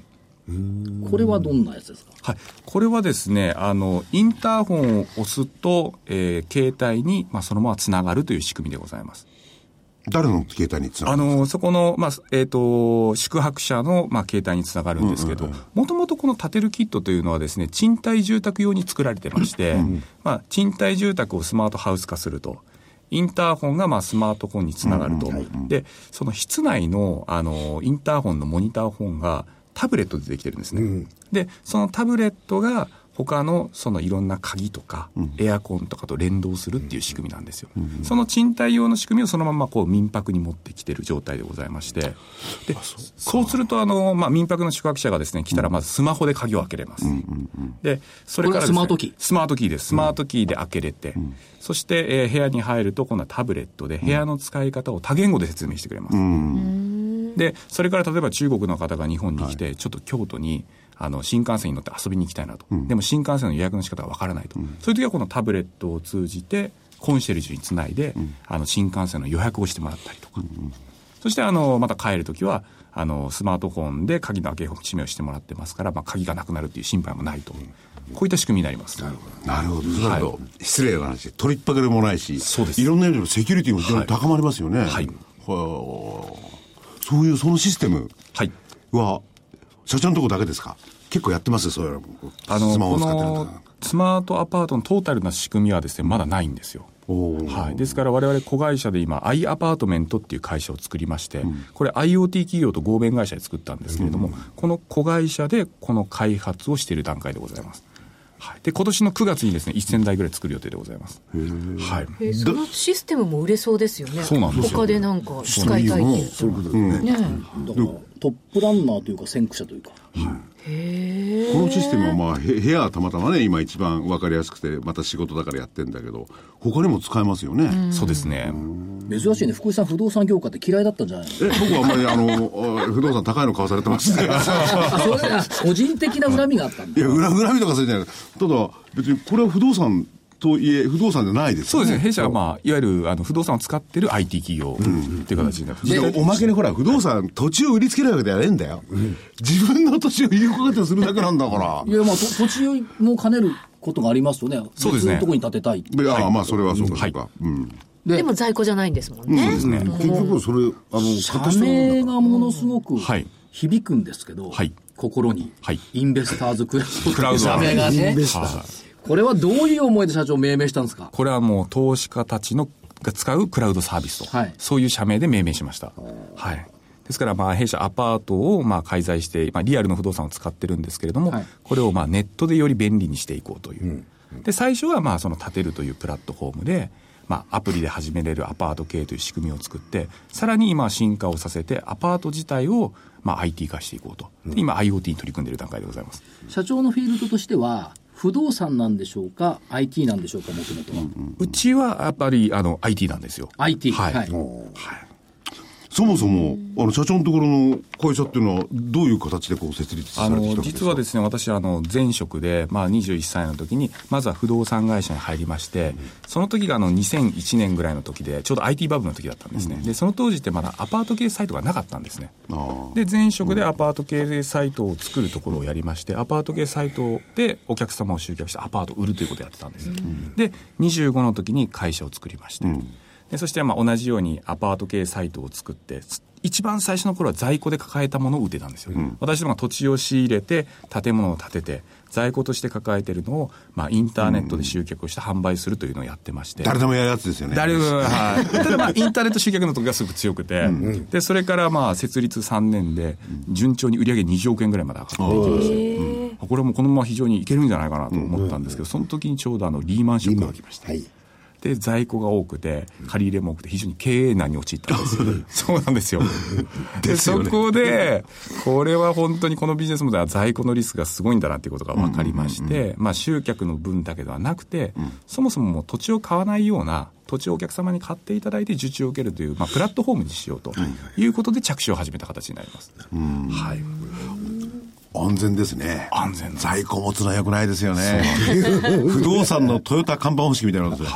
A: ン。これはどんなやつですか
F: はい、これはですねあの、インターホンを押すと、えー携帯に、まあ、そのままつながるという仕組みでございます。
E: 誰の携帯につな
F: あ
E: がる
F: のそこの、まあえー、と宿泊者の、まあ、携帯につながるんですけど、もともとこの建てるキットというのはです、ね、賃貸住宅用に作られてまして、まあ、賃貸住宅をスマートハウス化すると。インターホンがまあスマートフォンにつながると、でその室内のあのインターホンのモニターホンがタブレットでできてるんですね、でそのタブレットが他のそのいろんな鍵とか、エアコンとかと連動するっていう仕組みなんですよ、その賃貸用の仕組みをそのままこう民泊に持ってきてる状態でございましてでそうするとあの、まあ、民泊の宿泊者がですね来たらまずスマホで鍵を開けれます、でそれからで
A: これはス
F: す、ね、
A: マートキー
F: スマートキーですスマートキーで開けれて、そして、えー部屋に入ると今度はタブレットで部屋の使い方を多言語で説明してくれます、でそれから例えば中国の方が日本に来て、ちょっと京都にあの新幹線に乗って遊びに行きたいなと、でも新幹線の予約の仕方がわからないと、そういう時はこのタブレットを通じてコンシェルジュにつないで、あの新幹線の予約をしてもらったりとか、そしてあのまた帰る時はあのスマートフォンで鍵の開け閉めをしてもらってますから、まあ、鍵がなくなるっていう心配もないと、こういった仕組みになります。
E: なるほど。そうなると、失礼な話、取りっぱかりもないし、
F: そうです
E: いろんな意味でもセキュリティも非常に高まりますよね。
F: はい
E: はあそういう、そのシステム
F: はい
E: は、社長のとこだけですか結構やってますそういうの。
F: あの
E: スマホを
F: こ
E: 使ってると
F: の
E: か。
F: スマートアパートのトータルな仕組みはですねまだないんですよ。
E: おー
F: はい、ですから我々子会社で今 i アパートメントっていう会社を作りまして、これ IoT 企業と合弁会社で作ったんですけれども、この子会社でこの開発をしている段階でございます、はい、で今年の9月にですね1000台ぐらい作る予定でございます、はい、
C: えーそのシステムも売れそうですよね。
F: そうなんですよ
C: 他でなんか使いたいって言ってもね。
A: だから、トップランナーというか先駆者というか。
E: このシステムはまあへ部屋はたまたまね今一番わかりやすくてまた仕事だからやってんだけど他にも使えますよね、
F: そうですね。
A: 珍しいね福井さん不動産業界って嫌いだったんじゃないの
E: え僕はあんまりあのあ不動産高いの買わされて *laughs* ますね
F: *laughs*
A: あそれが *laughs* 個人的な恨みがあったん
E: い
A: だ
E: や恨恨みとかするじゃないただ別にこれは不動産といえ不動産じゃないです
F: そう
E: よ
F: ですね。弊社はまあ、いわゆる、あの、不動産を使ってる IT 企業っていう形になってます
E: でおまけにほら、不動産、土地を売りつけるわけじゃねえんだよ。自分の土地を有効活用するだけなんだから
A: い。やまあと土地も兼ねることがありますよね
F: そうですね
A: 別のとこに建てたい
E: いや、まあ、それはそうか、そうか。うん。
C: でも在庫じゃないんですもんね。
D: うん結局はそれ、あの、
A: 社
D: 形のもんだ
A: 名がものすごく
F: はい
A: 響くんですけど、
F: はい
A: 心に、
F: はい
A: インベスターズクラウド
F: クラウド
A: 社名がね
F: はい
A: これはどういう思いで社長命名したんですか
F: これはもう投資家たちのが使うクラウドサービスと、
A: はい
F: そういう社名で命名しました。はい。ですから、まあ、弊社アパートをまあ介在して、まあ、リアルの不動産を使ってるんですけれども、
A: はい
F: これをまあネットでより便利にしていこうという。で、最初はまあ、その建てるというプラットフォームで、まあ、アプリで始めれるアパート系という仕組みを作って、さらに今進化をさせて、アパート自体をまあ IT 化していこうと。で今 IoT に取り組んでいる段階でございます。
A: 社長のフィールドとしては不動産なんでしょうか IT なんでしょうかもともとは、
F: うちはやっぱりあの IT なんですよ。
A: IT
F: はい
A: はい
E: そもそも、あの、社長のところの会社っていうのは、どういう形でこう、設立さ
F: あ
E: れてきたん
F: の
E: ですか
F: 実はですね、私、あの前職で、まあ、21歳の時に、まずは不動産会社に入りまして、その時があの2001年ぐらいの時で、ちょうど IT バブルの時だったんですね、でその当時ってまだアパート系サイトがなかったんですね、
E: あー
F: で前職でアパート系サイトを作るところをやりまして、アパート系サイトでお客様を集客して、アパートを売るということをやってたんです、で25の時に会社を作りまして、でそしてまあ同じようにアパート系サイトを作って、一番最初の頃は在庫で抱えたものを売ってたんですよ、私どもが土地を仕入れて建物を建てて在庫として抱えてるのを、まあ、インターネットで集客をして販売するというのをやってまして、
E: 誰でもやるやつですよね。
F: 誰も、はい。ただまあ、インターネット集客の時がすごく強くて、で、それからまあ、設立3年で、順調に売り上げ20億円ぐらいまで上がっていきまして、うんこれもこのまま非常にいけるんじゃないかなと思ったんですけど、その時にちょうどあの、リーマンショックが来ました。
D: はい。
F: で、在庫が多くて、借り入れも多くて、非常に経営難に陥ったんですよ。そうなん *laughs* ですよ。で、そこで、これは本当にこのビジネスモデルは在庫のリスクがすごいんだなっていうことが分かりまして、まあ集客の分だけではなくて、そもそももう土地を買わないような、土地をお客様に買っていただいて受注を受けるという、まあ、プラットフォームにしようということで着手を始めた形になります。はい。
E: 安全ですね。
F: 安全な
E: 在庫持つのは良くないですよね。不動産のトヨタ看板方式みたいなことです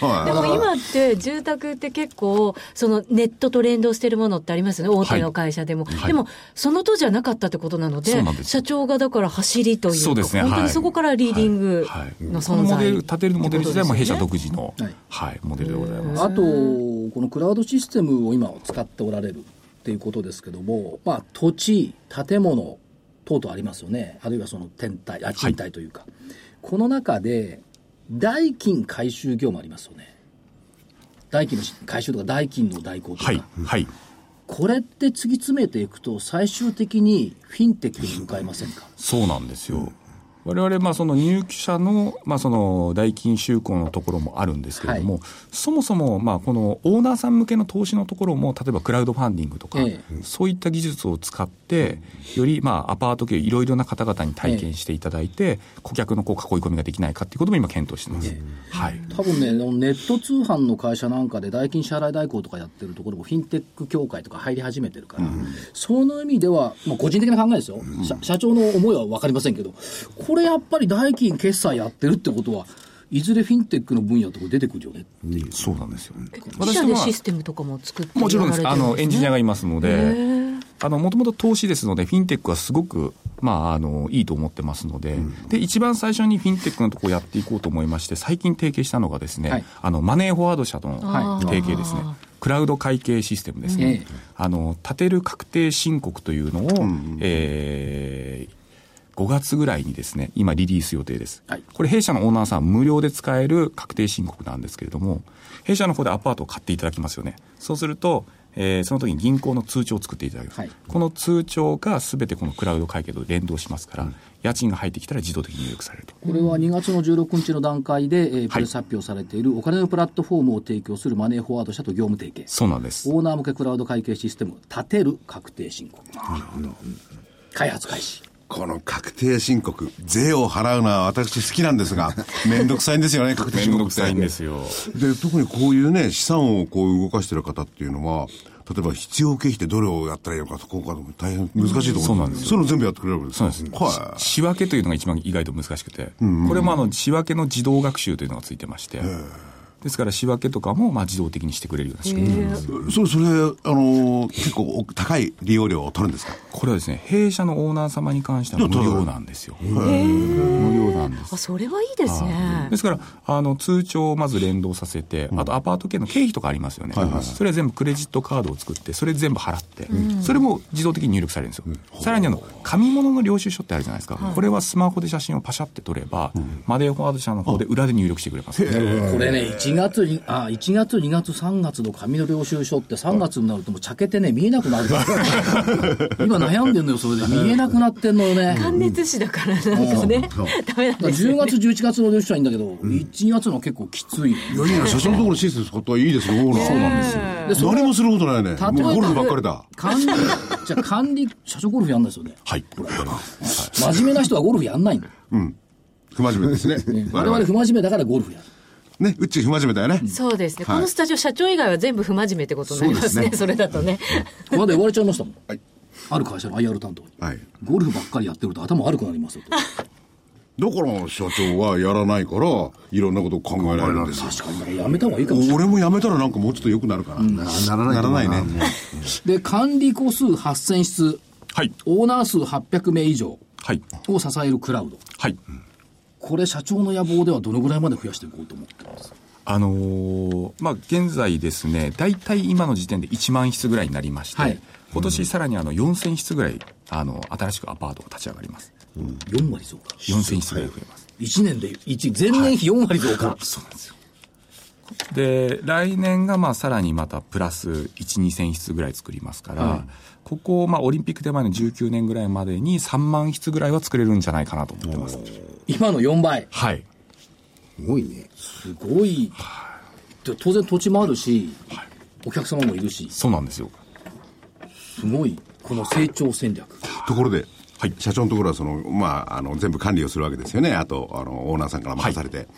E: よ。はい。
C: でも今って住宅って結構そのネットと連動してるものってありますよね大手の会社でも、
F: はい
C: でもその当時はなかったってことなので
F: そうなんです
C: 社長がだから走りというか
F: そうですね
C: 本当
F: は
C: に
F: い
C: そこからリーディング
F: はい
C: の
F: こ
C: 存
F: のモ
C: 在
F: デル、建てるモデル自体も弊社
C: ってこ
F: 独自の、
A: はい
F: はい、モデルでございます。
A: あとこのクラウドシステムを今使っておられるっていうことですけども、まあ、土地建物等々ありますよねあるいはその天体あ賃貸というか、この中で代金回収業務ありますよね代金の回収とか代金の代行とか、
F: はい、はい。
A: これって突き詰めていくと最終的にフィンテックに向かいませんか
F: そうなんですよ。我々、まあ、その入居者の、まあ、その、代金就航のところもあるんですけれども、そもそも、まあ、このオーナーさん向けの投資のところも、例えばクラウドファンディングとか、
A: え
F: そういった技術を使って、より、まあ、アパート系いろいろな方々に体験していただいて、顧客のこう囲い込みができないかっていうことも今検討してます。はい。
A: 多分ね、ネット通販の会社なんかで代金支払い代行とかやってるところもフィンテック協会とか入り始めてるから、その意味では、まあ、個人的な考えですよ、社、社長の思いは分かりませんけど、これやっぱり代金決済やってるってことは、いずれフィンテックの分野とか出てくるよね。
F: そうなんですよ。
C: とですよね自社でシステムとかも作って
F: もちろんです。
C: やら
F: あ
C: れてる
F: の、エンジニアがいますので
C: ー、
F: あの、もともと投資ですので、フィンテックはすごく、まあ、あの、いいと思ってますので、で、一番最初にフィンテックのところをやっていこうと思いまして、最近提携したのがですね、
A: はい
F: あの、マネーフォワード社との
A: はい
F: 提携ですね。クラウド会計システムです
A: うんえ
F: ね
A: え。
F: あの、立てる確定申告というのを、えー5月ぐらいにですね、今リリース予定です。
A: はい
F: これ弊社のオーナーさん無料で使える確定申告なんですけれども、弊社の方でアパートを買っていただきますよね。そうすると、えーその時に銀行の通帳を作っていただきます。
A: はい
F: この通帳が全てこのクラウド会計と連動しますから、家賃が入ってきたら自動的に入力されると。
A: これは2月の16日の段階で、えープレス発表されているお金のプラットフォームを提供するマネーフォワード社と業務提携。
F: そうなんです。
A: オーナー向けクラウド会計システム、立てる確定申告。開発開始。
E: この確定申告、税を払うのは私好きなんですが、めんどくさいんですよね、確定
F: め
E: 申
F: ん
E: 告
F: ど
E: っ
F: く
E: て
F: さいんですよ。
E: で、特にこういうね、資産をこう動かしてる方っていうのは、例えば必要経費ってどれをやったらいいのか、そこが大変難しいと思
F: そうなんですよ
E: そういうの全部やってくれるわけです
F: そうです、
E: は
F: し仕分けというのが一番意外と難しくて、これもあの仕分けの自動学習というのがついてまして、ですから仕分けとかもまあ自動的にしてくれるような仕組みなんです。
E: い。それ、それ、あのー結構お高い利用料を取るんですか
F: これはですね、弊社のオーナー様に関しては無料なんですよ。無料なんです。
C: あそれはいいですね
F: で。すからあの通帳をまず連動させて、あとアパート系の経費とかありますよね、それは全部クレジットカードを作ってそれ全部払って、それも自動的に入力されるんですよ、さらにあの紙物の領収書ってあるじゃないですか、これはスマホで写真をパシャって撮れば、マデーフォワード社の方で裏で入力してくれます、
A: これね、1月に、あ、1月、2月、3月の紙の領収書って3月になるともう茶けてね、見えな
E: *laughs*
A: くなるから今悩んでんのよ、それで。見えなくなってんのよね。
C: 関熱紙だからなんかね、ダメなん
A: だから
C: ですよ
A: 10
C: ね。
A: 月、11月の領収書はいいんだけど、1、2月のは結構きついよね。
E: いやいや、写真のところのシステム使ったらいいですよ、そうなんですよ。何もすることないね。
A: ば
E: もうゴルフばっかりだ。
A: 管理、じゃあ管理、社長ゴルフやんないですよね。
E: はい。これ、
A: 真面目な人はゴルフやんないの。
E: 不真面目です *laughs* ね。
A: 我々不真面目だからゴルフやる。
E: ね、うっちー不真面目だよね。
C: そうですね、
E: はい
C: このスタジオ社長以外は全部不真面目ってことになりますね。それだとね。
A: この間言われちゃいましたもん。
E: はい
A: ある会社の IR 担当に。
E: はい。
A: ゴルフばっかりやってると頭悪くなりますよと。
E: だから社長はやらないから、いろんなことを考えられるんですよ。
A: 確かにやめた方がいいかもしれない。
E: 俺もやめたらなんかもうちょっと良くなるかな。な
D: ならない
E: な
D: と
E: ら
D: 思
E: な
D: う
E: いね。
A: で、管理個数8000室、
F: はい
A: オーナー数800名以上
F: はい
A: を支えるクラウド。
F: はい
A: これ社長の野望ではどのぐらいまで増やしていこうと思ってます
F: あのーまあ、現在ですね、大体今の時点で1万室ぐらいになりまして、
A: はい
F: 今年さらにあの4000室ぐらい、あの、新しくアパートが立ち上がります。
A: ?4 割増加。
F: 4000室ぐらい増えます。
A: 1年で1、前年比4割増加。
F: そうなんですよ。で、来年がまあさらにまたプラス1、2000室ぐらい作りますから、ここをまあオリンピック手前の19年ぐらいまでに3万室ぐらいは作れるんじゃないかなと思ってます。
A: 今の4倍。
F: はい。
D: すごいね。
A: すごい。で当然土地もあるし、お客様もいるし、
F: そうなんですよ。
A: すごい、この成長戦略。
E: ところで、社長のところはその、まあ、あの全部管理をするわけですよね、あとあのオーナーさんから任されて、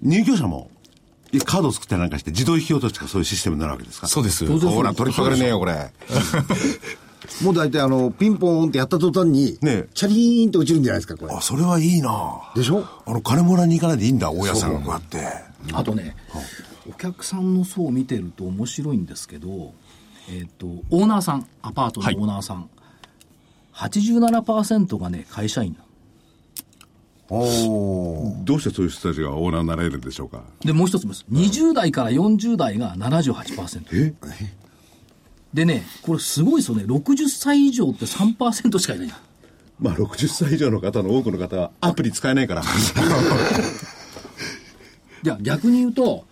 E: 入居者もいカードを作ったりなんかして、自動引き落としとかそういうシステムになるわけですか、
F: そうです。
A: 然
E: ほら、取りかかれねえよ、これ、
D: もう大体あの、ピンポーンってやった途端に、
E: ねえ
D: チャリーンって落ちるんじゃないですか、これ
E: あ。それはいいな、
D: でしょ
E: あの金もらいに行かないでいいんだ、大家さんがこうやって、
A: あとね、お客さんの層を見てると面白いんですけど、えっ、と、オーナーさん、アパートの
F: はい
A: オーナーさん、87%がね、会社員なの
D: お
E: どうしてそういう人たちがオーナーになれるんでしょうか、
A: で、もう一つもです。20代から40代が78%。
E: え
A: でね、これすごいですよね。60歳以上って3%しかいない。
E: まあ、60歳以上の方の多くの方はアプリ使えないから、
A: じゃあ逆に言うと、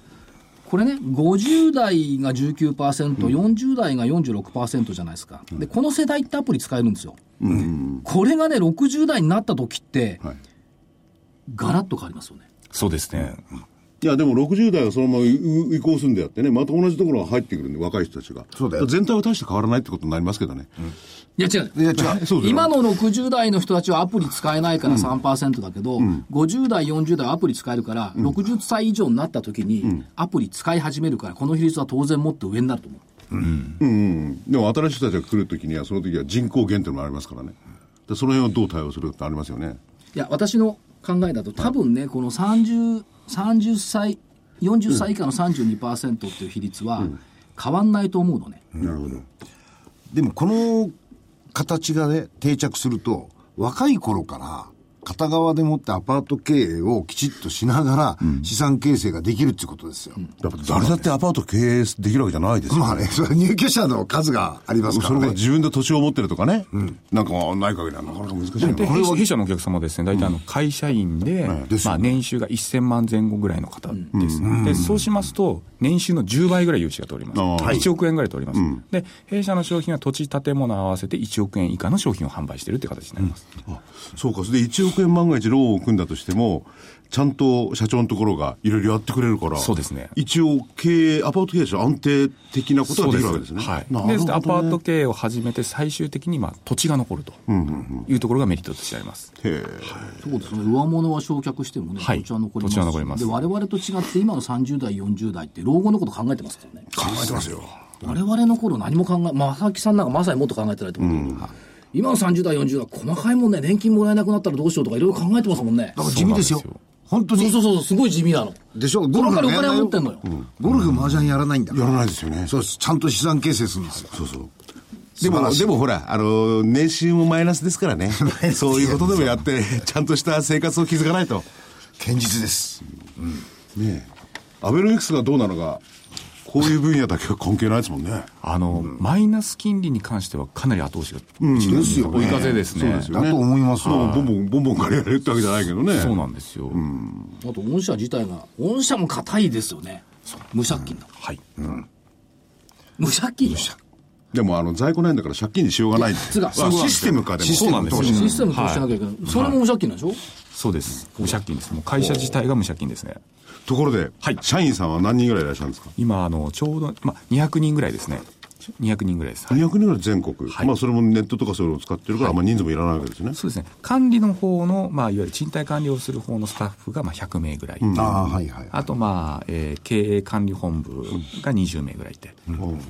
A: これね、50代が19%、40代が46%じゃないですか。で、この世代ってアプリ使えるんですよ。これがね、60代になった時って、
E: はい
A: ガラッと変わりますよね。
F: そうですね。
E: いや、でも60代はそのまま移移行するんであってね、また同じところが入ってくるんで、若い人たちが。
D: そうだよ
E: 全体は大して変わらないってことになりますけどね。
A: いや違う。
D: いや違う。
E: そうだよ
A: 今の60代の人たちはアプリ使えないから3%だけど、50代、40代はアプリ使えるから、60歳以上になった時にアプリ使い始めるから、この比率は当然もっと上になると思う。
E: でも新しい人たちが来るときには、その時は人口減っていうのもありますからね。でその辺をどう対応するかってありますよね。
A: いや私の考えだと多分ね、この 30, 30歳40歳以下の32%っていう比率は変わんないと思うのね、
E: なるほど。
D: でもこの形がね、定着すると、若い頃から、片側でもってアパート経営をきちっとしながら、資産形成ができるっていうことですよ。
E: やっぱ誰だってアパート経営できるわけじゃないですよ。
D: まあね、それは入居者の数がありますか
E: そ
D: ら
E: れが
D: ね。
E: 自分で土地を持ってるとかね。なんかない限りはなかなか難しいな。
F: で、弊社弊社のお客様はですね、大体あの会社員で、
D: ですよ
F: まあ年収が1000万前後ぐらいの方です。で、そうしますと、年収の10倍ぐらい融資が通ります。
E: あーはい
F: 1億円ぐらい通ります。で、弊社の商品は土地、建物合わせて1億円以下の商品を販売してるって形になります。
E: そうか、それで1億億円万が一ローンを組んだとしても、ちゃんと社長のところがいろいろやってくれるから、
F: そうですね
E: 一応経営、アパート経営者安定的なことができるわけですね。
F: はい、
E: なるほど
F: でアパート経営を始めて最終的にまあ土地が残るというところがメリットとしてあります、
E: へ
A: そうですね上物は焼却してもね、
F: はい
A: 土地は残ります
F: 土地は残ります
A: で我々と違って今の30代40代って老後のこと考えてますからね
E: え考えてますよ。
A: 我々の頃何も考え正木さんなんかまさにもっと考えてないと思うけど、今の30代40代細かいもんね年金もらえなくなったらどうしようとかいろいろ考えてますもんね
D: だから地味ですよ
F: そうなんで。
D: 本当
A: そ
D: に
A: う。そうそうすごい地味なの
D: でしょ
A: その代わりお
D: やら
A: 金
D: な
A: はい持ってんのよ、
D: ゴルフ、麻雀やらないんだ
E: やらないですよね。
D: そうです。ちゃんと資産形成するんですよ。
E: そうそう。
D: 素
E: で
D: 晴ら
E: も、
D: しい
E: でもほら、あの、年収もマイナスですからね。そういうことでもやって、ちゃんとした生活を築かないと。
D: 堅実です。
E: ねえ。アベノミクスがどうなのか、こういう分野だけは関係ないですもんね。
F: あのマイナス金利に関してはかなり後押しが、
D: ですよね
F: 追い風ですね
E: そうですよね。
D: だと思います
E: もうボンボン、ボンボン借りられるってわけじゃないけどね。
F: そうなんですよ、
A: あと御社自体が御社も硬いですよね無借金だ、
F: はい、
A: 無借金よ
E: でも、あの、在庫ないんだから借金にしようがない。
A: つうか
E: まあシステムかでも。
F: そうなんですよ
A: システム通してなきゃいけない、それも無借金なんでしょ、
F: そうです無借金ですもう会社自体が無借金ですね
E: ところで、
F: はい
E: 社員さんは何人ぐらいいらっしゃるんですか
F: 今あのちょうど、まあ、200人ぐらいですね200人ぐらいです、はい
E: ?200 人ぐらい全国。
F: はい
E: まあ、それもネットとかそういうのを使ってるから、あんま人数もいらないわけですね。
F: そうですね管理の方の、まあ、いわゆる賃貸管理をする方のスタッフがまあ100名ぐらい、
D: ああ、はいはい。
F: あと、まあえー経営管理本部が20名ぐらいいて、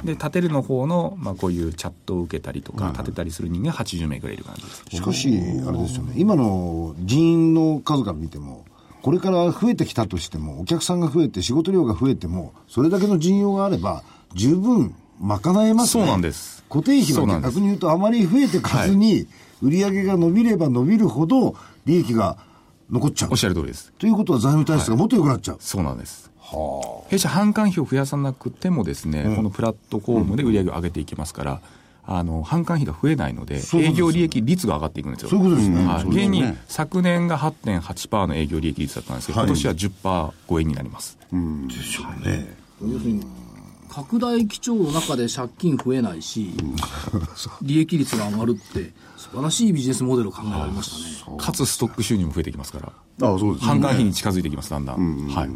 F: で建てるの方の、まあ、こういうチャットを受けたりとか、建てたりする人間が80名ぐらいいる感じです
D: しかし、あれですよね、今の人員の数から見ても、これから増えてきたとしても、お客さんが増えて、仕事量が増えても、それだけの人用があれば、十分賄えますね。
F: そうなんです
D: 固定費
F: そ
D: は
F: うなんです
D: 逆に言うと、あまり増えてかずに、売り上げが伸びれば伸びるほど、利益が残っちゃう
F: おっ。しゃる通りです
D: ということは、財務体質がもっと良くなっちゃう。
F: そうなんです弊社販管費を増やさなくてもですね、このプラットフォームで売り上げを上げていきますから、あの販管費が増えないの
D: う
F: で
D: です
F: 営業利益率が上がっていくんですよ
D: そういうことですね
F: はい
E: そうです
F: 現
E: ね
F: に昨年が8.8%の営業利益率だったんですけど、今年は10%超えになります、
A: 要するに拡大基調の中で借金増えないし、利益率が上がるって、素晴らしいビジネスモデルを考えられましたね。
F: かつストック収入も増えてきますから
E: ああ、そうですね。
F: 販管費に近づいてきますだんだん、はい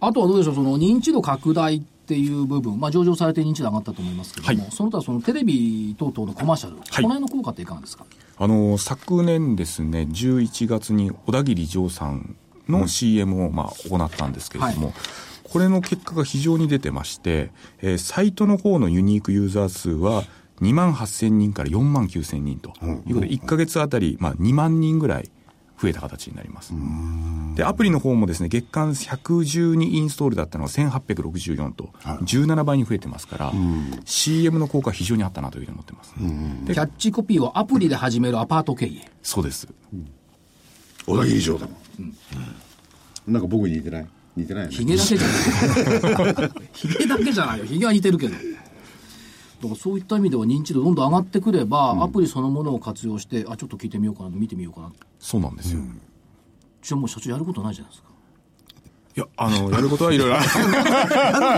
A: あとはどうでしょう、その認知度拡大っていう部分、まあ、上場されて認知度上がったと思いますけども、
F: はい
A: その他、そのテレビ等々のコマーシャル、この辺の効果っていかがですか
F: あの昨年ですね11月に小田切丈さんの CM をまあ行ったんですけれども、これの結果が非常に出てまして、えーサイトの方のユニークユーザー数は2万8000人から4万9000人ということで1ヶ月あたり、まあ、2万人ぐらい増えた形になりますでアプリの方もですね月間112インストールだったのが1864と17倍に増えてますから、CM の効果は非常にあったなというふうに思ってます、
A: キャッチコピーをアプリで始めるアパート経営。
F: そうです
E: 小田切城だもん。なんか僕に似てない似てないよね
A: ヒゲだけじゃない。ヒゲだけじゃないよ。ヒゲは似てるけど。だからそういった意味では認知度どんどん上がってくれば、アプリそのものを活用して、あ、ちょっと聞いてみようかな、見てみようかな。
F: そうなんですよ、
A: じゃあもう社長やることないじゃないですか。
F: いや、あの、やることはいろいろある。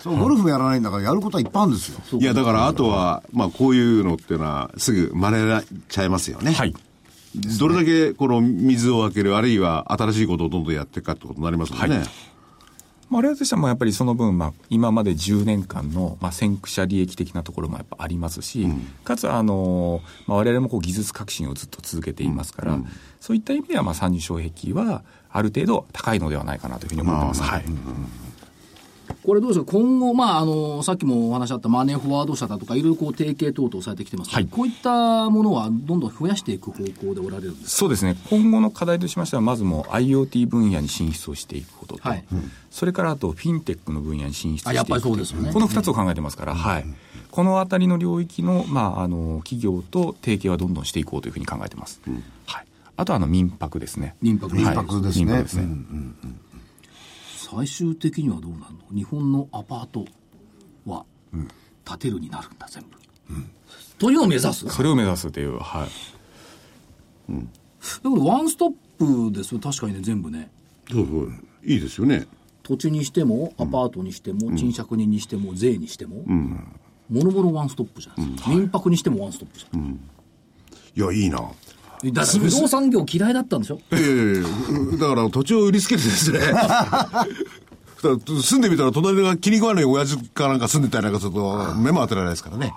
D: そうゴルフもやらないんだから、やることはいっぱいあるんですよ。
E: いや、だから、あとは、まあ、こういうのっていうのは、すぐ真似られちゃいますよね。
F: *laughs* はい。
E: どれだけ、この、水を開ける、あるいは、新しいことをどんどんやっていくかってことになりますもんね。
F: はいまあ、我々としてはもうやっぱりその分、まあ、今まで10年間の、まあ、先駆者利益的なところもやっぱありますし、かつ、あの、まあ、我々もこう技術革新をずっと続けていますから、そういった意味では、まあ、参入障壁は、ある程度高いのではないかなというふうに思ってます。はい。
A: これどうですか今後、まあ、あの、さっきもお話あったマネーフォワード社だとか、いろいろこう、提携等々されてきてますけど、
F: はい
A: こういったものはどんどん増やしていく方向でおられるんですか
F: そうですね。今後の課題としましては、まずもう IoT 分野に進出をしていくことと、
A: はい
F: それからあと、フィンテックの分野に進出して
A: あ
F: いく
A: やっぱりそうですよね
F: この2つを考えてますから、はい。このあたりの領域の、まあ、あの、企業と提携はどんどんしていこうというふうに考えてます。はい。あとは、あの、民泊ですね。
A: 民泊
F: はい
D: 民泊ですね
F: 民泊ですね。
D: うん
A: 最終的にはどうなるの日本のアパートは、建てるになるんだ、全部。というのを目指す。だか
F: それを目指すという、はい。
A: ら、ワンストップですよ、確かにね、全部ね。
E: そうそう。いいですよね。
A: 土地にしても、アパートにしても、賃借人にしても、税にしても、もろもろワンストップじゃないですか。民泊にしてもワンストップじゃない
E: いや、いいな。
A: だから不動産業嫌いだったんでしょ
E: ええだから土地を売りつけてですね。だ *laughs* から住んでみたら隣が気に食わない親父かなんか住んでたりなんかすると目も当てられないですからね。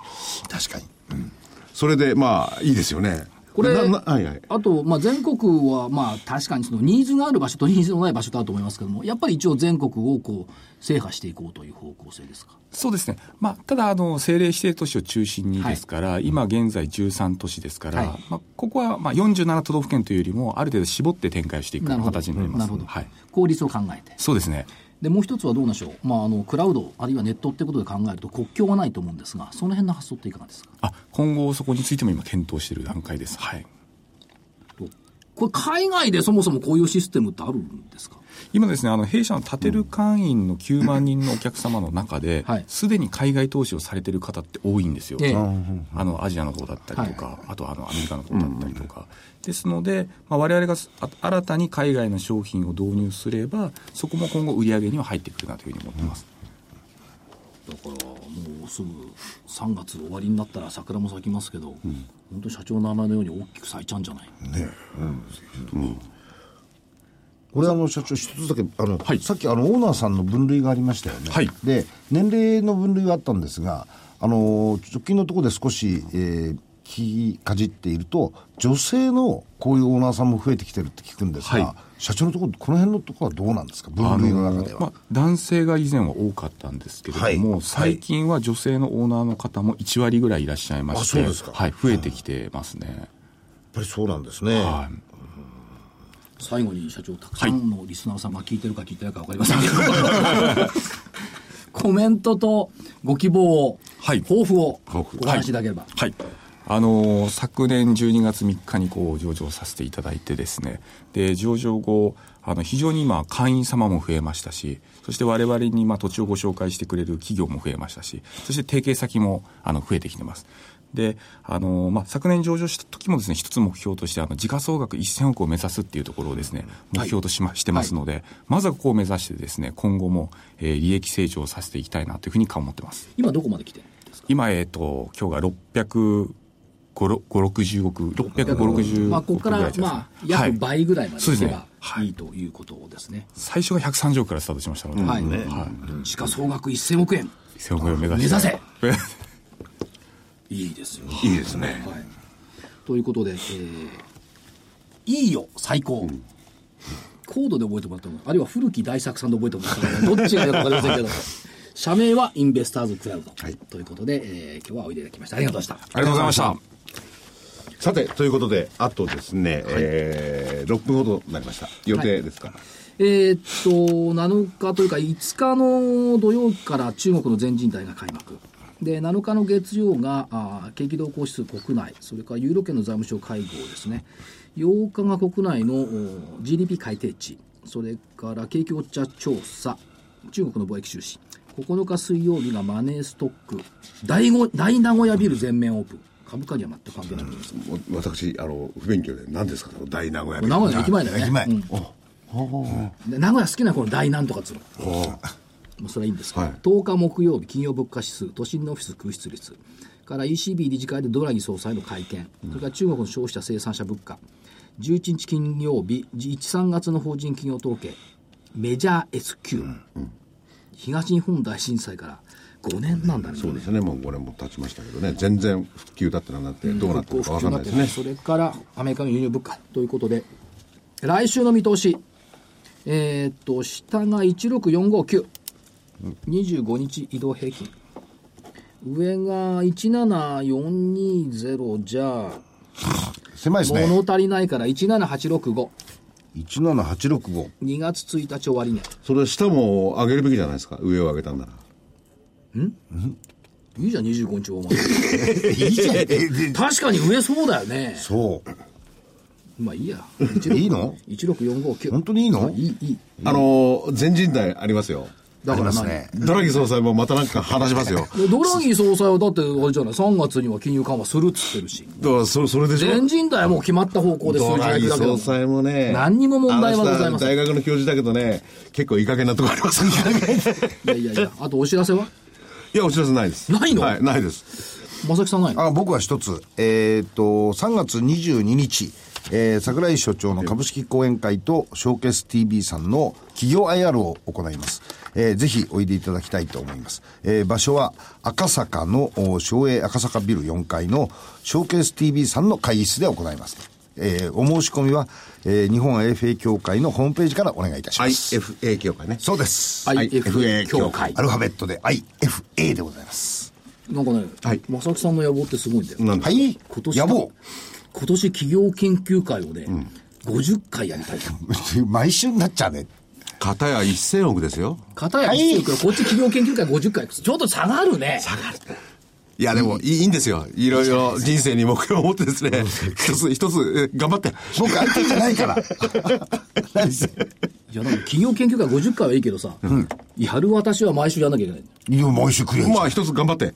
E: 確かに。うんそれで、まあ、いいですよね。
A: これ、
E: ななはいはい。
A: あと、まあ、全国は、まあ、確かにそのニーズがある場所と *laughs* ニーズのない場所とあると思いますけども、やっぱり一応全国をこう、制覇していこうという方向性ですか。
F: そうですね、まあ、ただあの、政令指定都市を中心にですから、今現在13都市ですから、
A: はい
F: まあ、ここはまあ47都道府県というよりも、ある程度絞って展開していくような形になります
A: なるほど。
F: はい、
A: 効率を考えて。
F: そうですね、
A: で、もう一つはどうなんでしょう。まあ、あの、クラウド、あるいはネットってことで考えると国境はないと思うんですが、その辺の発想っていかがですか
F: あ今後、そこについても今、検討している段階です。はい
A: これ、海外でそもそもこういうシステムってあるんですか
F: 今ですね、あの弊社の建てる会員の9万人のお客様の中で
A: はい、
F: すで、に海外投資をされてる方って多いんですよ、
A: ええ
F: あのアジアの方だったりとか、あとはあのアメリカの方だったりとか、ですので、まあ、我々がすあ新たに海外の商品を導入すれば、そこも今後、売り上げには入ってくるなというふうに思ってます。
A: だからもうすぐ3月終わりになったら桜も咲きますけど、本当に社長の名前のように大きく咲いちゃうんじゃない、
G: これあの社長一つだけあの、さっきあのオーナーさんの分類がありましたよね、
F: はい
G: で年齢の分類はあったんですがあの直近のところで少し、えー聞きかじっていると女性のこういうオーナーさんも増えてきてるって聞くんですが、
F: はい
G: 社長のところこの辺のところはどうなんですか分類の中では、
F: まあ、男性が以前は多かったんですけれども、
G: はい
F: 最近は女性のオーナーの方も1割ぐらいいらっしゃいまして、
G: あそうですか
F: はい、増えてきてますね。
G: やっぱりそうなんですね、
F: はい
A: 最後に社長たくさんのリスナーさんが聞いてるか聞いてないか分かりませんけ
F: *laughs*
A: ど、コメントとご希望を、
F: はい
A: 抱負を
F: 抱負
A: お話しいただければ、
F: はい。あのー昨年12月3日にこう上場させていただいてですね、で、上場後、あの、非常に今、会員様も増えましたし、そして我々にまあ土地をご紹介してくれる企業も増えましたし、そして提携先もあの増えてきてます。で、あのーまあ、昨年上場した時もですね、一つ目標として、あの、時価総額1000億を目指すっていうところをですね、目標としま、してますので、まずはここを目指してですね、今後も、えー利益成長をさせていきたいなというふうに思ってます。
A: 今どこまで来てるんですか
F: 今、えっ、と、今日が600、5、60億、650億。
A: まあ、ここから、まあ、約
F: はい。
A: 倍ぐらいまで
F: そう
A: いけ
F: ですね
A: ばいいということですね。
F: 最初が130億からスタートしましたので、
A: はい。
F: は
A: しか総額1000億円。
F: い。1000億円を目指
A: 目指せ
F: *laughs* して。指
A: いいですよ。
E: いいですね。
A: はい、ということで、えーいいよ、最高。コードで覚えてもらったのあるいは古き大作さんで覚えてもらったのどっちがいいのか分かりませんけど、社名はインベスターズクラウド、ということで、えー今日はおいでいただきました。ありがとうございました。
F: ありがとうございました。
E: さて、ということで、あとですね、えー、6分ほどになりました。予定ですか、
A: えーっと、7日というか5日の土曜日から中国の全人代が開幕。で、7日の月曜が、あー景気動向指数国内、それからユーロ圏の財務省会合ですね。8日が国内のおー GDP 改定値、それから景気ウォッチャー調査、中国の貿易収支。9日水曜日がマネーストック、大ご大名古屋ビル全面オープン。株価には全く関係ないと思います。
E: わ私、あの、不勉強で、何ですか、その大名古屋ビル
A: 名古屋の駅前だよね。
G: 駅前
A: うんで名古屋好きなこの大なんとかっつうの。もうそれはいいんですけど、10日木曜日、金曜物価指数、都心のオフィス空室率、から ECB 理事会でドラギ総裁の会見、それから中国の消費者生産者物価、11日金曜日、1、3月の法人企業統計、メジャー S q、東日本大震災から5年なんだね、
E: そうですね、もうこれも経ちましたけどね、全然復旧だってなんだって、どうなってるかわかんないですね。
A: それからアメリカの輸入物価ということで、来週の見通し、えーっと、下が16459、25日移動平均、上が17420じゃあ、
G: 狭いですね
A: 物足りないから17865、
G: 17865
A: 2月1日終わりね。
E: それ、下も上げるべきじゃないですか、上を上げたんなら。
A: いいじゃん、25日終わり。いいじゃん。確かに上そうだよね。
G: そ
A: まあいいや。
G: ういいの
A: 16459。
G: 本当にいいの
A: いい、いい。
E: あの、全人代ありますよ。
A: だから
G: あります
A: 何
G: ね
E: ドラギ総裁もまたなんか話しますよ。
A: でドラギ総裁はだってあれじゃない、3月には金融緩和するっつってるし、
E: だから、それ、それでしょ
A: 全人代はもう決まった方向で数字
E: ド
A: が
E: ラ
A: いく
E: ギ
A: だけだ
E: 総裁もね。
A: 何にも問題はございません
E: あの人大学の教授だけどね、結構いい加減なとこあり
A: *laughs*
E: ますね。
A: いやいやいや、あとお知らせはい
E: や、お知らせないです。
A: ないの
E: はい、ないです。
A: 正木さんないの
G: あ僕は一つ、えーっと3月22日、
D: えー桜井所長の株式講演会と、ショーケース TV さんの企業 IR を行います。えーぜひおいでいただきたいと思います。えー場所は赤坂の、お省営赤坂ビル4階のショーケース TV さんの会議室で行います。えーお申し込みは、えー日本 AFA 協会のホームページからお願いいたします。
E: IFA 協会ね。
D: そうです。
E: IFA 協会。
D: アルファベットで IFA でございます。
A: なんかね、
E: はい
A: 正木さんの野望ってすごいんだよ。
E: なんだ
D: はい。
A: 今年
D: 野望。
A: 今年企業研究会をね、50回やりたいと。
D: *laughs* 毎週になっちゃうね。
E: 片や1000億ですよ。
A: 片や1億こっち企業研究会50回。ちょっと下があるね。下がる。
E: いや、でも、いいいいんですよ。いろいろ人生に目標を持っ
A: *laughs*
E: てですね、一つ一つ、え頑張って。
D: 僕相手じゃないから。 *laughs* 何せ。
A: いや、でも企業研究会50回はいいけどさ、やる私は毎週やんなきゃいけない。
D: いや、毎週くれんじゃん
E: まあ、一つ頑張って。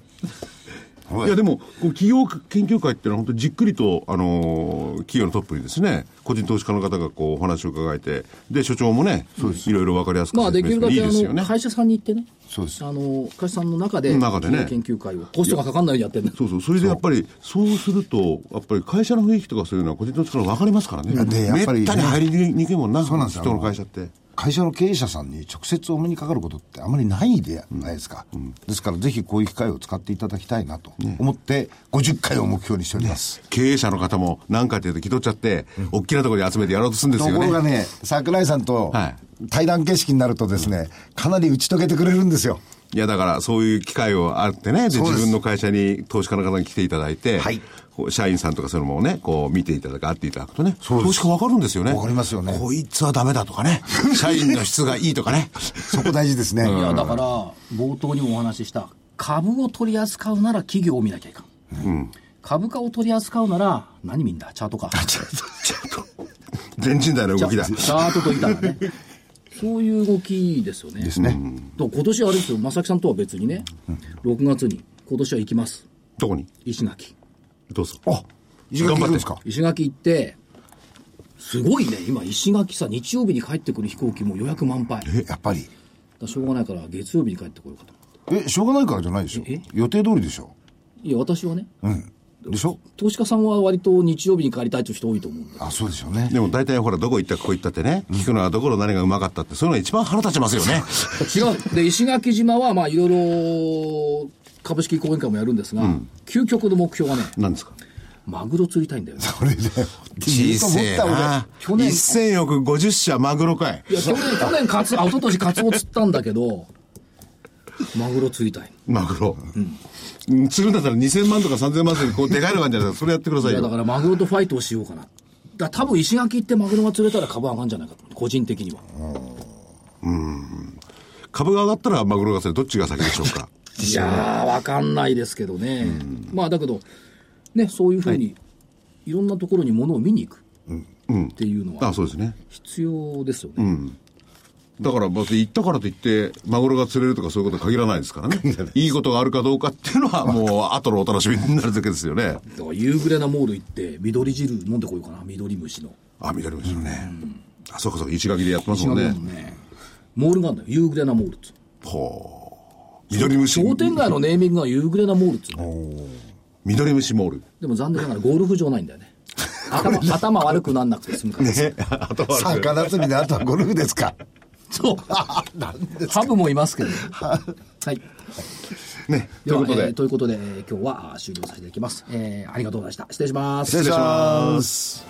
D: はい
E: いやでも、こう企業研究会っていうのは、本当にじっくりと、あのー企業のトップにですね、個人投資家の方がこうお話を伺えて、で、所長もね、いろいろ分かりやすく
A: まあ、できる
E: 説明し
A: だ
E: ていい
A: け、あ
E: ですよね
A: の、。会社さんに行ってね。
D: そうです
A: あの、会社さんの中で、
E: 中でね
A: 企業研究会を。コストがかかんないようにやってんだ。
E: そうそう、それでやっぱり、そうすると、やっぱり会社の雰囲気とかそういうのは、個人投資家の分かりますからね。
D: でやっぱり
E: めったに入りにくいもんな、
D: そうなんですよ
E: 人の会社って。
D: 会社の経営者さんに直接お目にかかることってあまりないでないですか、ですからぜひこういう機会を使っていただきたいなと思って50回を目標にしております、
E: 経営者の方も何回っていうと気取っちゃって、大きなところに集めてやろうとするんです
D: と
E: よ
D: ころ
E: ね。
D: がね桜井さんと
E: は
D: 対談形式になるとですね、かなり打ち解けてくれるんですよ
E: いや、だから、そういう機会をあってね、で、
D: そうです
E: 自分の会社に投資家の方に来ていただいて、
D: はい
E: こう社員さんとかそういうのもね、こう見ていただく、会っていただくとね、
D: うです
E: 投資家わかるんですよね。
D: わかりますよね
E: こいつはダメだとか
D: *laughs*
E: ね、社員の質がいいとかね。
D: そこ大事ですね、
A: いや、だから、冒頭にもお話しした、株を取り扱うなら企業を見なきゃいかん。株価を取り扱うなら、何見んだチャートか。チ
E: ちょっと、全人代の動きだ。
A: ャートといたらね。そういう動きですよね。ですね。今年あれですよ、正木さんとは別にね、6月に、今年は行きます。
E: どこに
A: 石垣。
E: どうぞ。
D: あ石垣行くんですか
A: 石垣行って、すごいね、今石垣さ、日曜日に帰ってくる飛行機も予約満杯。だか
D: えやっぱり
A: らしょうがないから月曜日に帰ってこようかと思って。
D: えしょうがないからじゃないでしょ
A: え
D: 予定通りでしょ
A: いや、私はね、
D: うんでしょ
A: 投資家さんは割と日曜日に帰りたいという人多いと思うん
D: *laughs*
A: で。
D: あそうでしょうね
E: でも大体ほら、どこ行ったかここ行ったってね、聞くのはどこの何がうまかったって、そういうのが一番腹立ちますよね。
A: 違う。で、石垣島はまあいろいろ株式講演会もやるんですが、究極の目標はね、
E: 何ですか
A: マグロ釣りたいんだよね。
D: これで *laughs*
E: 小せえな。
A: 去年
E: 1000億50社マグロかい。
A: いや、去年、去年カツ、あ、一昨年カツオ釣ったんだけど、マグロ釣りたい。
E: マグロ。うん。釣るんだったら2000万とか3000万とかこう、でかいのがあるんじゃ *laughs* ないですか。それやってくださ
A: い
E: い
A: やだか
E: よ。
A: らマグロとファイトをしようかな。だから多分石垣行ってマグロが釣れたら株上がるんじゃないかと。個人的には。
E: 株が上がったらマグロが先、どっちが先でしょう *laughs* か。
A: いやー、わかんないですけどね。まあだけど、ね、そういうふうに、いろんなところに物を見に行くっていうの
E: あ
A: は
E: そうですね。
A: 必要ですよね。
E: だから、別に行ったからといって、マグロが釣れるとかそういうことは限らないですからね。いいことがあるかどうかっていうのは、もう、後のお楽しみになるだけですよね。
A: だから夕暮れなモール行って、緑汁飲んでこようかな、緑虫の。
E: あ、緑もですよね。あ、そうかそうか、石垣でやってますもん
A: 違う
E: ね
A: も。んね。モールがあるのよ、夕暮れなモールっつう
E: ほう。緑虫。
A: 商店街のネーミングが夕暮れなモールっつうの
E: 緑虫モール。
A: でも残念ながらゴルフ場ないんだ *laughs* よね。頭、頭悪くなんなくて済むから。
D: 魚釣りであとはゴルフですか
A: *laughs* そう。ハブもいますけど。はい。
E: ね。
A: で
E: という
A: は
E: こと
A: えー
E: で、
A: ということで、えー今日はあー終了させていただきます。えーありがとうございました。失礼します。
E: 失礼します。